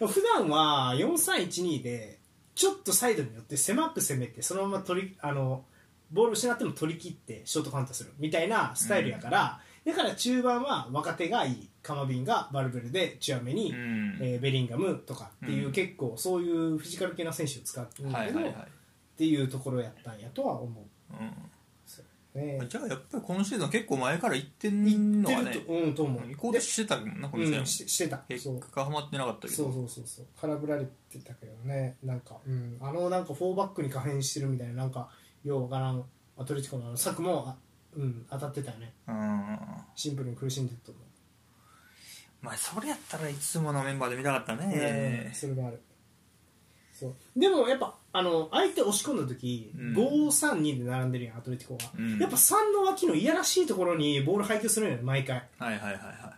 S1: うん。普段は、4312で、ちょっとサイドによって狭く攻めて、そのまま取り、あの、ボール失っても取り切って、ショートカウンターするみたいなスタイルやから、だから中盤は若手がいい、カマビンがバルベルで強めに
S2: え、うん
S1: えーベリンガムとかっていう、
S2: うん
S1: 結構そういうフィジカル系な選手を使ってるんだ
S2: は
S1: け
S2: い
S1: ど、
S2: はいはい
S1: っていうところやったんやとは思う、ね
S2: うん、じゃあやっぱりこのシーズン結構前から行ってんのは
S1: っ
S2: ね
S1: てると,、うん、と思う
S2: 行こうとしてたもんなこの試
S1: で
S2: 合
S1: う
S2: も
S1: ん、ししてた
S2: 結
S1: そう
S2: 果はまってなかったけど
S1: そうそうそうそう空振られてたけどねなんか、うん、あのなんかフォーバックに可変してるみたいななんかようわからんアトレティコのあの策もあ、うん、当たってたよね
S2: うん
S1: シンプルに苦しんでたと思う
S2: まあそれやったらいつものメンバーで見たかった
S1: うん
S2: ね
S1: それがあるそうでもやっぱあの相手押し込んだ時、
S2: うん
S1: 532で並んでるやんアトレティコが、
S2: うん
S1: やっぱ3の脇のいやらしいところにボール配球するのよ毎回
S2: はいはいはいは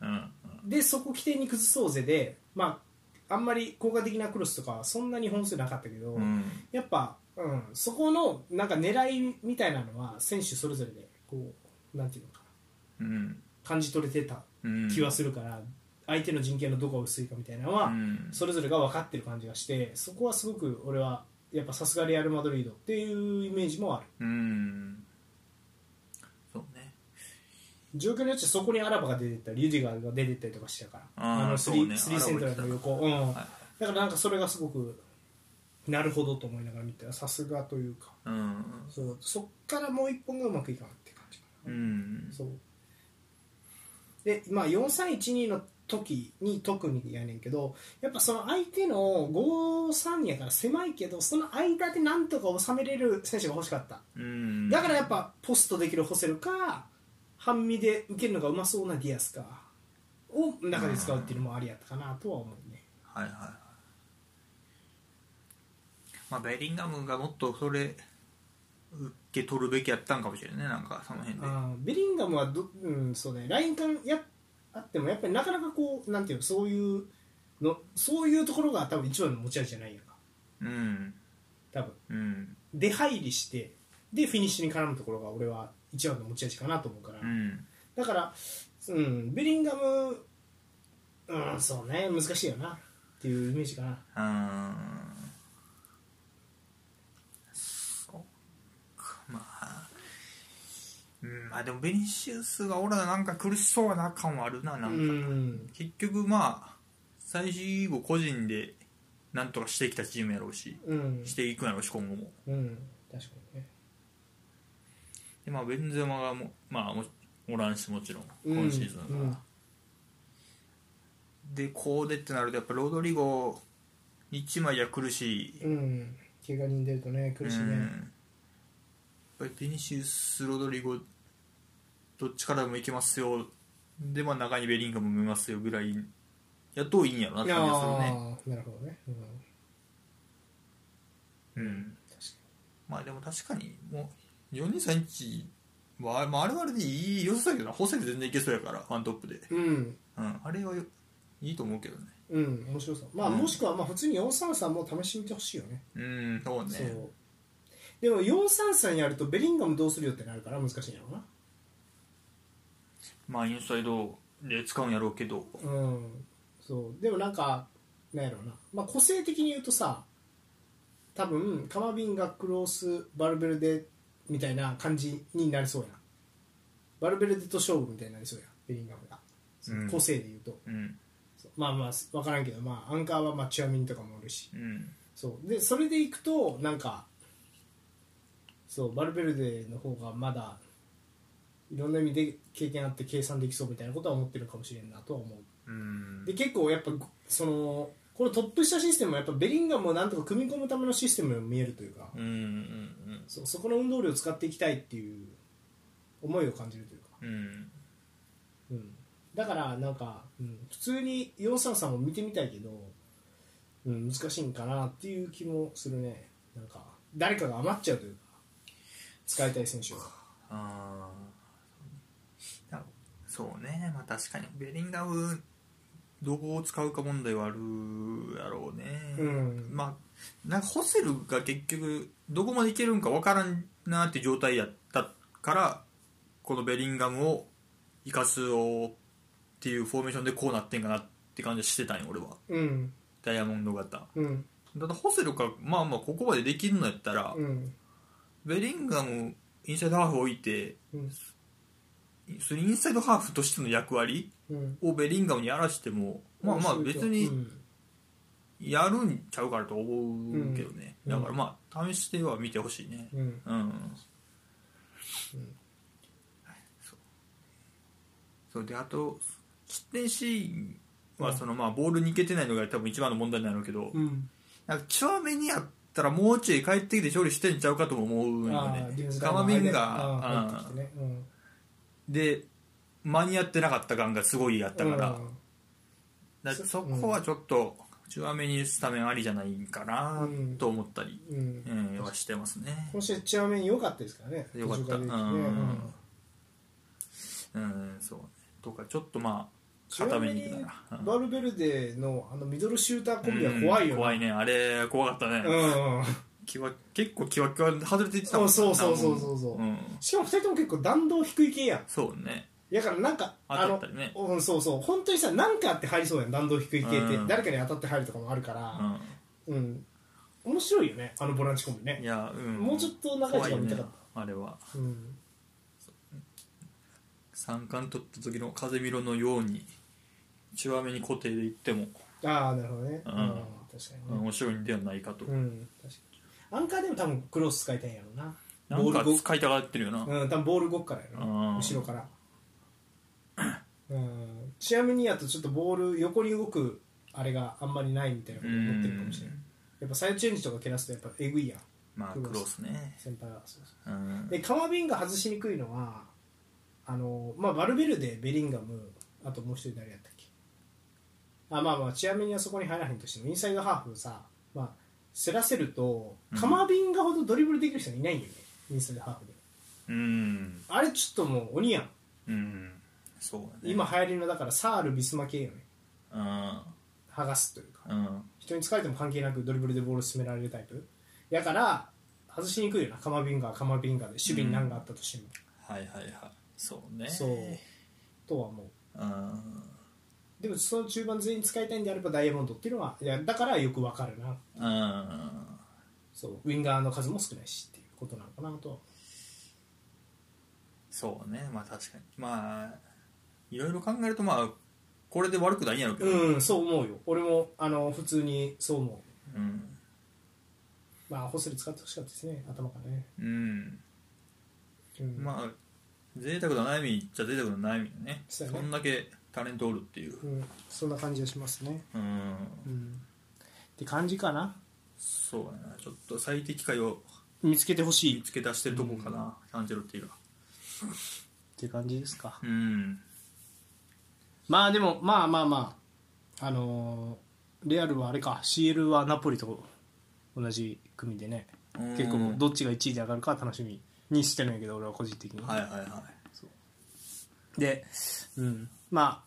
S2: いうんうん
S1: でそこ起点に崩そうぜでまああんまり効果的なクロスとかはそんなに本数なかったけど、
S2: うん
S1: やっぱ、うん、そこのなんか狙いみたいなのは選手それぞれでこうなんていうのかな
S2: うん
S1: 感じ取れてた
S2: うん
S1: 気はするから、相手の人権のどこが薄いかみたいなのは、
S2: うん
S1: それぞれが分かってる感じがしてそこはすごく俺はやっぱさすがレアル・マドリードっていうイメージもある
S2: うんそうね
S1: 状況によってはそこにアラバが出てったりリュディガーが出てったりとかしてたから
S2: あー
S1: のスリ
S2: そ
S1: ー
S2: うね
S1: スリーセントラルの横、うん
S2: はい
S1: だからなんかそれがすごくなるほどと思いながら見てたさすがというか
S2: うん
S1: そうそっからもう一本がうまくいかなって感じか
S2: う
S1: な、
S2: ん
S1: そうでまあ4312の時に特にやねんけどやっぱその相手の53やから狭いけどその間でなんとか収めれる選手が欲しかった
S2: うん
S1: だからやっぱポストできるホセルか半身で受けるのがうまそうなディアスかを中で使うっていうのもありやったかなとは思うね
S2: はいはいはいまあベリンガムがもっとそれ受け取るべきやったんかもしれないねなんかその辺で
S1: あーベリンガムはど、うん、そうねライン間やあってもやっぱりなかなかこうなんていうのそういうのそういうところが多分一番の持ち味じゃないやんか
S2: うん
S1: 多分
S2: うん
S1: 出入りしてでフィニッシュに絡むところが俺は一番の持ち味かなと思うから、
S2: うん
S1: だから、うん、ベリンガムうんそうね難しいよなっていうイメージかな
S2: うんそうかまあうんまあでもベニシウスが俺らなんか苦しそうな感はあるななんか
S1: うん
S2: 結局まあ最後個人でなんとかしてきたチームやろうし
S1: うん
S2: していくんやろうし今後も
S1: うん確かにね
S2: で、まあ、ベンゼマがも,、まあ、もおらんしもちろん
S1: うん
S2: 今シーズンは、
S1: うん
S2: でこうでってなるとやっぱロドリゴ一枚じゃ苦しい
S1: うん怪我人出るとね苦しい
S2: うんや
S1: ね
S2: っぱりビニシウス・ロドリゴどっちからでも行けますよで、まあ、中にベリンガムも見ますよぐらいやっといいんやろなって感じがするね、
S1: あーなるほどねうん
S2: うん、
S1: 確か
S2: まあでも確かにもう423日は、まあ、あれはあれでいい良さだけどなホセで全然いけそうやからワントップで、
S1: にうん
S2: うん、あれはよいいと思うけどね
S1: うん面白さまあ、
S2: うん
S1: もしくはまあ普通に433も試してみてほしいよね
S2: うんそうね
S1: そうでも433やるとベリンガムどうするよってなるから難しいんやろな
S2: まあインサイドで使うんやろうけど
S1: うんそうでもなんかなんやろうな、まあ、個性的に言うとさ多分カマビンがクロースバルベルデみたいな感じになりそうやなバルベルデと勝負みたいになりそうやベリンガムが、そう
S2: うん
S1: 個性で言うと
S2: うん
S1: そうまあまあ分からんけど、まあ、アンカーはまあチュアミンとかもおるし
S2: うん
S1: そうでそれでいくとなんかそうバルベルデの方がまだいろんな意味で経験あって計算できそうみたいなことは思ってるかもしれんなとは思う
S2: うん
S1: で結構やっぱそのこのトップ下システムはやっぱベリンガムをなんとか組み込むためのシステムにも見えるというか、
S2: うんうん
S1: そうそこの運動量を使っていきたいっていう思いを感じるというか、
S2: うんうん
S1: うん、だからなんか、うん、普通に433を見てみたいけど、うん、難しいんかなっていう気もするねなんか誰かが余っちゃうというか使いたい選手が
S2: あーだそうねまあ確かにベリンガムどこを使うか問題はあるやろうね、
S1: うん
S2: まあなんかホセルが結局どこまでいけるんかわからんなっていう状態やったからこのベリンガムを生かすをっていうフォーメーションでこうなってんかなって感じはしてたんよ俺は
S1: うん
S2: ダイヤモンド型
S1: うん
S2: ただホセルがまあまあここまでできるのやったら、
S1: うん
S2: ベリンガムインサイドハーフを置いて
S1: うん
S2: それインサイドハーフとしての役割
S1: うん
S2: をベリンガムにやらしてもまあまあ
S1: そういうと
S2: 別
S1: う
S2: に
S1: ん
S2: やるんちゃうからと思うけどね、
S1: うん
S2: だからまあ試しては見てほしいね
S1: うん
S2: うん、そうそうであと失点シーンはそのまあボールに行けてないのが多分一番の問題なんだけど、
S1: うん
S2: なんかチュアメにやったらもうちょい帰ってきて勝利してんちゃうかとも思うんよ
S1: あ
S2: ね
S1: ーディフェンス
S2: ガマビン
S1: あー入
S2: が
S1: ってきてねうん
S2: で間に合ってなかった感がすごいやったから,、だからそこはちょっと弱めにスタメンありじゃないかな
S1: うん
S2: と思ったり、
S1: うんうん
S2: えーはしてますね
S1: この試合チアメン良かったですからね
S2: 良かった
S1: 途中ら
S2: うん
S1: 出てきてね
S2: うんそうねとかちょっとまあ
S1: ちな
S2: 固
S1: み
S2: めに
S1: に
S2: いくなら、うん
S1: バルベルデのあのミドルシューターコンビは怖いよ
S2: うん怖いねあれ怖かったね、
S1: うんうん
S2: キワ結構キワキワ外れていってたもんな
S1: そうそうそうそうそう
S2: うん、
S1: しかも2人とも結構弾道低い系やん
S2: そうね
S1: やからなんか
S2: 当たったりね
S1: あのうんそうそう本当にさ何かあって入りそうやん弾道低い系って、
S2: うん
S1: 誰かに当たって入るとかもあるか
S2: う
S1: ら
S2: ん
S1: うん、面白いよねあのボランチコンビ
S2: い
S1: ね
S2: や、うん、
S1: もうちょっと長い時間見たかった、
S2: 怖いよねあれは
S1: うん
S2: 三冠取った時の風見ろのように弱めに固定でいっても
S1: ああなるほどね、
S2: うん
S1: 確かにね
S2: 面白いんではないかと、
S1: うん確かにアンカーでも多分クロス使いたいんやろうなボー
S2: な
S1: ル
S2: んか
S1: 5
S2: 使いたがってるよな、
S1: うん、多分ボール動くからや
S2: うん
S1: な後ろから、 <coughs> うん、ちなみにやとちょっとボール横に動くあれがあんまりないみたいなこと思ってるかもしれない
S2: うん
S1: やっぱサイドチェンジとか蹴らすとやっぱえぐいやん
S2: まあクロスね
S1: 先輩はそうそ
S2: うん
S1: うでカマビンが外しにくいのはあの、まあ、バルベルデベリンガムあともう一人誰やったっけあまあまあちなみにはそこに入らへんとしてもインサイドハーフをさ、まあ、競らせるとカマビンがほどドリブルできる人いないんよね、インサイドハーフで
S2: うん、
S1: あれちょっともう鬼やん
S2: うん、そうだね
S1: 今流行りのだからサールビスマ系よね
S2: うん
S1: 剥がすというか
S2: うん
S1: 人に疲れても関係なくドリブルでボール進められるタイプやから外しにくいよなカマビンガーカマビンガーで守備に何があったとしても、
S2: はいはいはいそうね
S1: そうとは思う
S2: うん
S1: でもその中盤全員使いたいんであればダイヤモンドっていうのはいやだからよくわかるな
S2: うん
S1: そうウィンガーの数も少ないしっていうことなのかなとは思
S2: そうねまあ確かにまあいろいろ考えるとまあこれで悪くないんやろうけ
S1: う
S2: ど、
S1: うんそう思うよ俺もあの普通にそう思う
S2: うん
S1: まあホスリ使ってほしかったですね頭からね、
S2: うん
S1: うん
S2: まあ贅沢な悩みっちゃ贅沢な悩みだね
S1: そ
S2: そう
S1: やね
S2: んだけタレントおるっていう
S1: うん、そんな感じがしますね
S2: うん
S1: うんって感じかな
S2: そうやなちょっと最適解を
S1: 見つけてほしい
S2: 見
S1: っ
S2: つけ出してるとこかな、アンジェロっていうか
S1: て感じですか
S2: うん
S1: まあでもまあまあまああのーレアルはあれか CL はナポリと同じ組でね
S2: うん
S1: 結構どっちが1位で上がるか楽しみにしてるんやけど俺は個人的に、
S2: はいはいはい
S1: で、うん、ま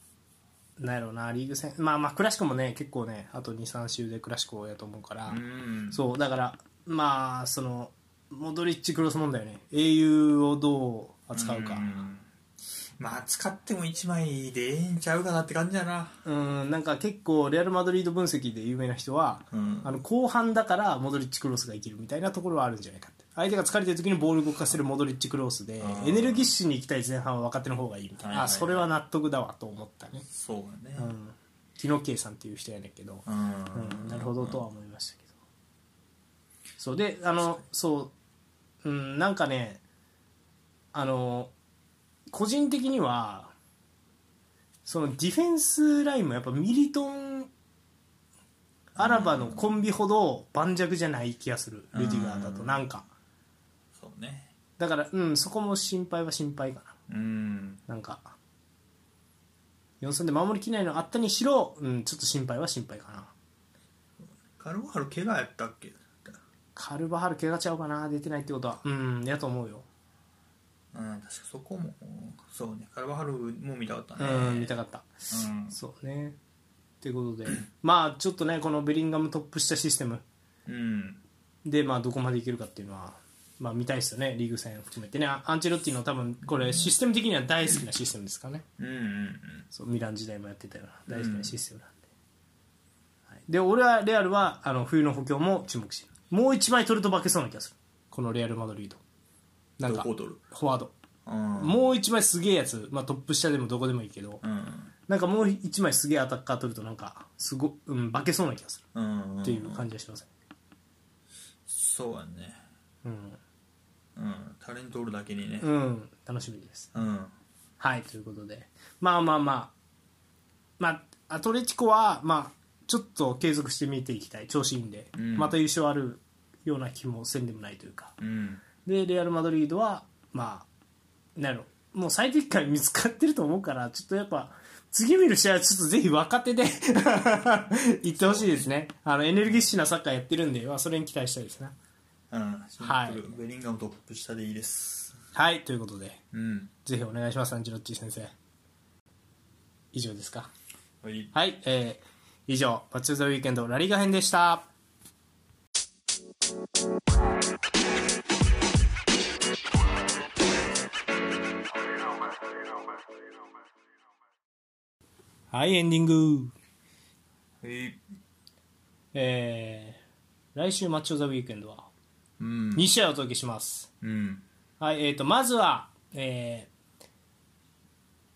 S1: あなんやろうなリーグ戦まあまあクラシコもね結構ねあと23週でクラシコやと思うから、
S2: うん
S1: そうだからまあそのモドリッチクロス問題よね英雄をどう扱うか
S2: んまあ使っても1枚でええんちゃうかなって感じやな
S1: うんなんか結構レアル・マドリード分析で有名な人は、
S2: うん
S1: あの後半だからモドリッチクロスが生きるみたいなところはあるんじゃないかって相手が疲れてる時にボール動かせるモドリッチクロスで
S2: あー
S1: エネルギッシュに行きたい前半は若手の方がいいみたいな、
S2: はいはいはい
S1: あそれは納得だわと思ったね、
S2: そうや
S1: う
S2: ね
S1: ん、木野圭さんっていう人やねんけど、
S2: うん、
S1: うん、なるほどとは思いましたけどそうであのそう、うん、なんかねあの個人的にはそのディフェンスラインもやっぱミリトンアラバのコンビほど盤石じゃない気がするルディガーだと
S2: うん
S1: なんか
S2: そうね
S1: だからうんそこも心配は心配かな
S2: うん
S1: なんか4-3で守りきれないのあったにしろ、うん、ちょっと心配は心配かな
S2: カルボハル怪我やったっけ
S1: カルバハル怪我ちゃうかな出てないってことはうんやと思うよ
S2: うん確かそこもそうねカルバハルも見たかったね
S1: うん見たかった
S2: うん
S1: そうねということでまあちょっとねこのベリンガムトップしたシステム
S2: うん
S1: でまあどこまでいけるかっていうのはまあ見たいですよねリーグ戦含めてねあアンチェロッティの多分これシステム的には大好きなシステムですかね
S2: うんうん
S1: そうミラン時代もやってたような大好きなシステムなんで、はい、で俺はレアルはあの冬の補強も注目してるもう一枚取ると化けそうな気がするこのレアル・マドリード
S2: う
S1: なんん
S2: ど
S1: か
S2: こを取る
S1: フォワード
S2: うん
S1: もう一枚すげえやつ、まあ、トップ下でもどこでもいいけど、
S2: うん
S1: なんかもう一枚すげえアタッカー取るとなんかすご、うん、化けそうな気がする
S2: うん
S1: っていう感じがしますね、
S2: そうやね
S1: うん
S2: うんタレントおるだけにね
S1: うん、楽しみです
S2: うん
S1: はいということでまあまあまあまあアトレチコはまあちょっと継続して見ていきたい調子いいんで、
S2: うん
S1: また優勝あるような気もせんでもないというか
S2: うん
S1: でレアル・マドリードはまあなんやろもう最適解見つかってると思うからちょっとやっぱ次見る試合はちょっとぜひ若手で <laughs> 行ってほしいですねあのエネルギッシュなサッカーやってるんで、まあ、それに期待したいですね
S2: うんシン
S1: はい
S2: プルベリンガムトップ下でいいです
S1: はいということで
S2: うん
S1: ぜひお願いしますアンジェロッティ先生以上ですか
S2: はい
S1: はいえー、以上「バッチューザウィーケンドラリーガ編」でしたはいエンディング
S2: はい
S1: えー、来週マッチョ・ザ・ウィークエンドは
S2: うん
S1: 2試合お届けします、
S2: うん
S1: はいえー、とまずは、えー、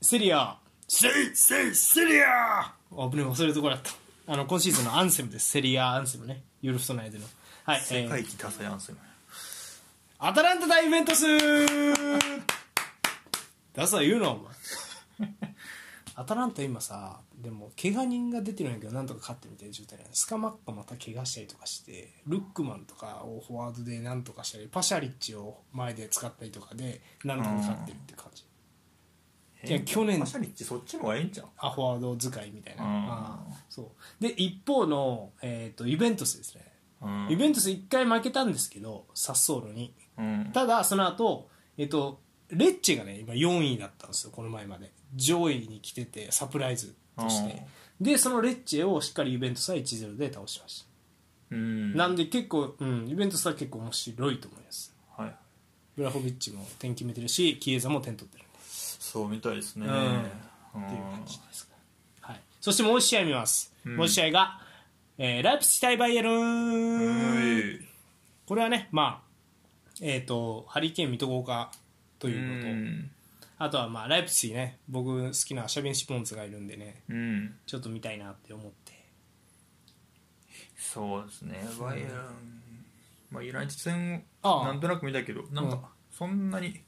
S1: セリア
S2: セイセイセリア
S1: あぶねえ忘れるところだったあの今シーズンのアンセムですセリアアンセムねユルフトナイズのはい、え
S2: 世
S1: ー
S2: 界一多彩アンセム
S1: アタランタ対イベントスダサい言うなお前アタランタ今さでも怪我人が出てるんやけどなんとか勝ってみたいな状態なんでスカマッカまた怪我したりとかしてルックマンとかをフォワードでなんとかしたりパシャリッチを前で使ったりとかでなんとか勝ってるって感じいや去年
S2: マシャリッチそっちの方がええんちゃう
S1: アフォワード使いみたいな
S2: うん
S1: ああそうで一方の、えー、とイベントスですね
S2: うん
S1: イベントス1回負けたんですけどサッソーロに
S2: うん
S1: ただその後、えっとレッチェがね今4位だったんですよこの前まで上位に来ててサプライズとしてでそのレッチェをしっかりイベントスは1-0で倒しました、
S2: うん
S1: なんで結構、うん、イベントスは結構面白いと思います
S2: はい
S1: ブラホビッチも点決めてるしキエザも点取ってるんで
S2: そうみたいですね
S1: うんっていう感じですか、はい、そしてもう1試合見ます、
S2: ん
S1: もう1試合が、えーライプツィ対バイエルン、
S2: うん
S1: これはねまあえっ、とハリケーン・ミトゴーカということ、あとはまあライプツィね僕好きなシャビン・シポンツがいるんでね
S2: うん
S1: ちょっと見たいなって思って
S2: そうですねバイエルン、まあ、ユナイテッド戦
S1: あ
S2: を
S1: あ
S2: なんとなく見たけどなん
S1: うん
S2: かそんなに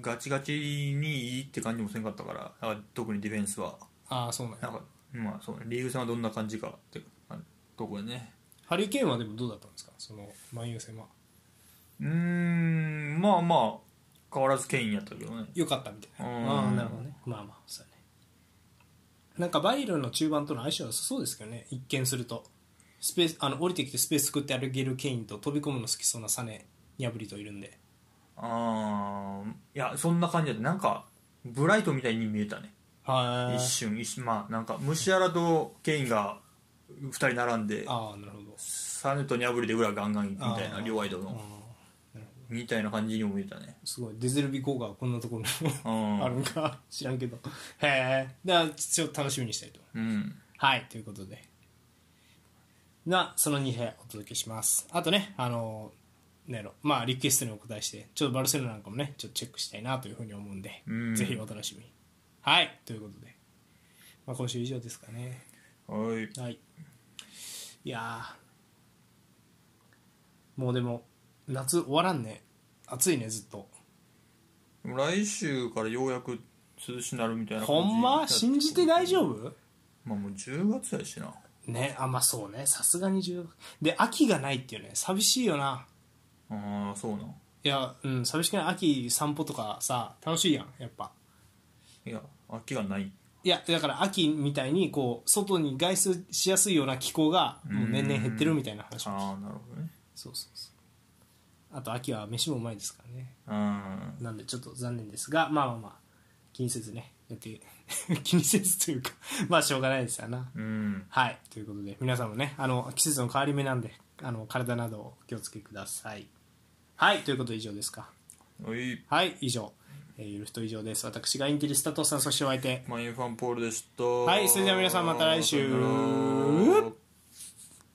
S2: ガチガチにいいって感じもせんかったからあ特にディフェンスは
S1: ああそうなんや
S2: なんかまあそうねリーグ戦はどんな感じかってあとこでね
S1: ハリケーンはでもどうだったんですかその万有戦は
S2: うーんまあまあ変わらずケインやったけどね
S1: 良かったみたいな
S2: うん
S1: ああなるほどねまあまあそうだねなんかバイエルンの中盤との相性は良さそうですけどね一見するとスペースあの降りてきてスペース作って歩けるケインと飛び込むの好きそうなサネニャブリといるんで
S2: ああいやそんな感じだったなんかブライトみたいに見えたね
S1: は
S2: 一瞬一瞬まあなんかムシアラとケインが2人並んで
S1: ああなるほど
S2: サネとニャブリで裏ガンガンみたい
S1: あ
S2: な
S1: ー
S2: 両ワイド
S1: あ
S2: の
S1: あなるほど
S2: みたいな感じにも見えたね
S1: すごいデゼルビ効果がこんなところに
S2: う
S1: も <laughs>
S2: ん
S1: あるんか知らんけどへえだからちょっと楽しみにしたいと
S2: うん
S1: はい、ということで。な、その2部屋お届けします。あとね、あの、なんやろ、まあ、リクエストにお答えして、ちょっとバルセロナなんかもね、ちょっとチェックしたいなというふうに思うんで、
S2: うん
S1: ぜひお楽しみに。はい、ということで。まあ、今週以上ですかね。
S2: はい
S1: はい。いやーもうでも、夏終わらんね。暑いね、ずっと。
S2: 来週からようやく涼しなるみたいな
S1: ほ
S2: 感じ
S1: んま信じて大丈夫
S2: まあもう10月やしな
S1: ね、あ、まあそうね、さすがに十分。で、秋がないっていうね、寂しいよな。
S2: ああそうない
S1: やうん寂しくない秋散歩とかさ楽しいやんやっぱ
S2: いや秋がない
S1: いやだから秋みたいにこう外に外出しやすいような気候がもう年々減ってるみたいな話も
S2: ああなるほどね
S1: そうそうそうあと秋は飯もうまいですからね
S2: うん
S1: なんでちょっと残念ですがまあまあまあ気にせずねやって <laughs> 気にせずというかまあしょうがないですよな
S2: うん
S1: はいということで皆さんもねあの季節の変わり目なんであの体などお気をつけくださいはいということで以上ですか
S2: はい
S1: はい、以上。えー、ゆるふと以上です。私がインテリスタトさん、そしてお相手。
S2: マインファンポールでした
S1: はい、それでは皆さんまた来週
S2: さよなら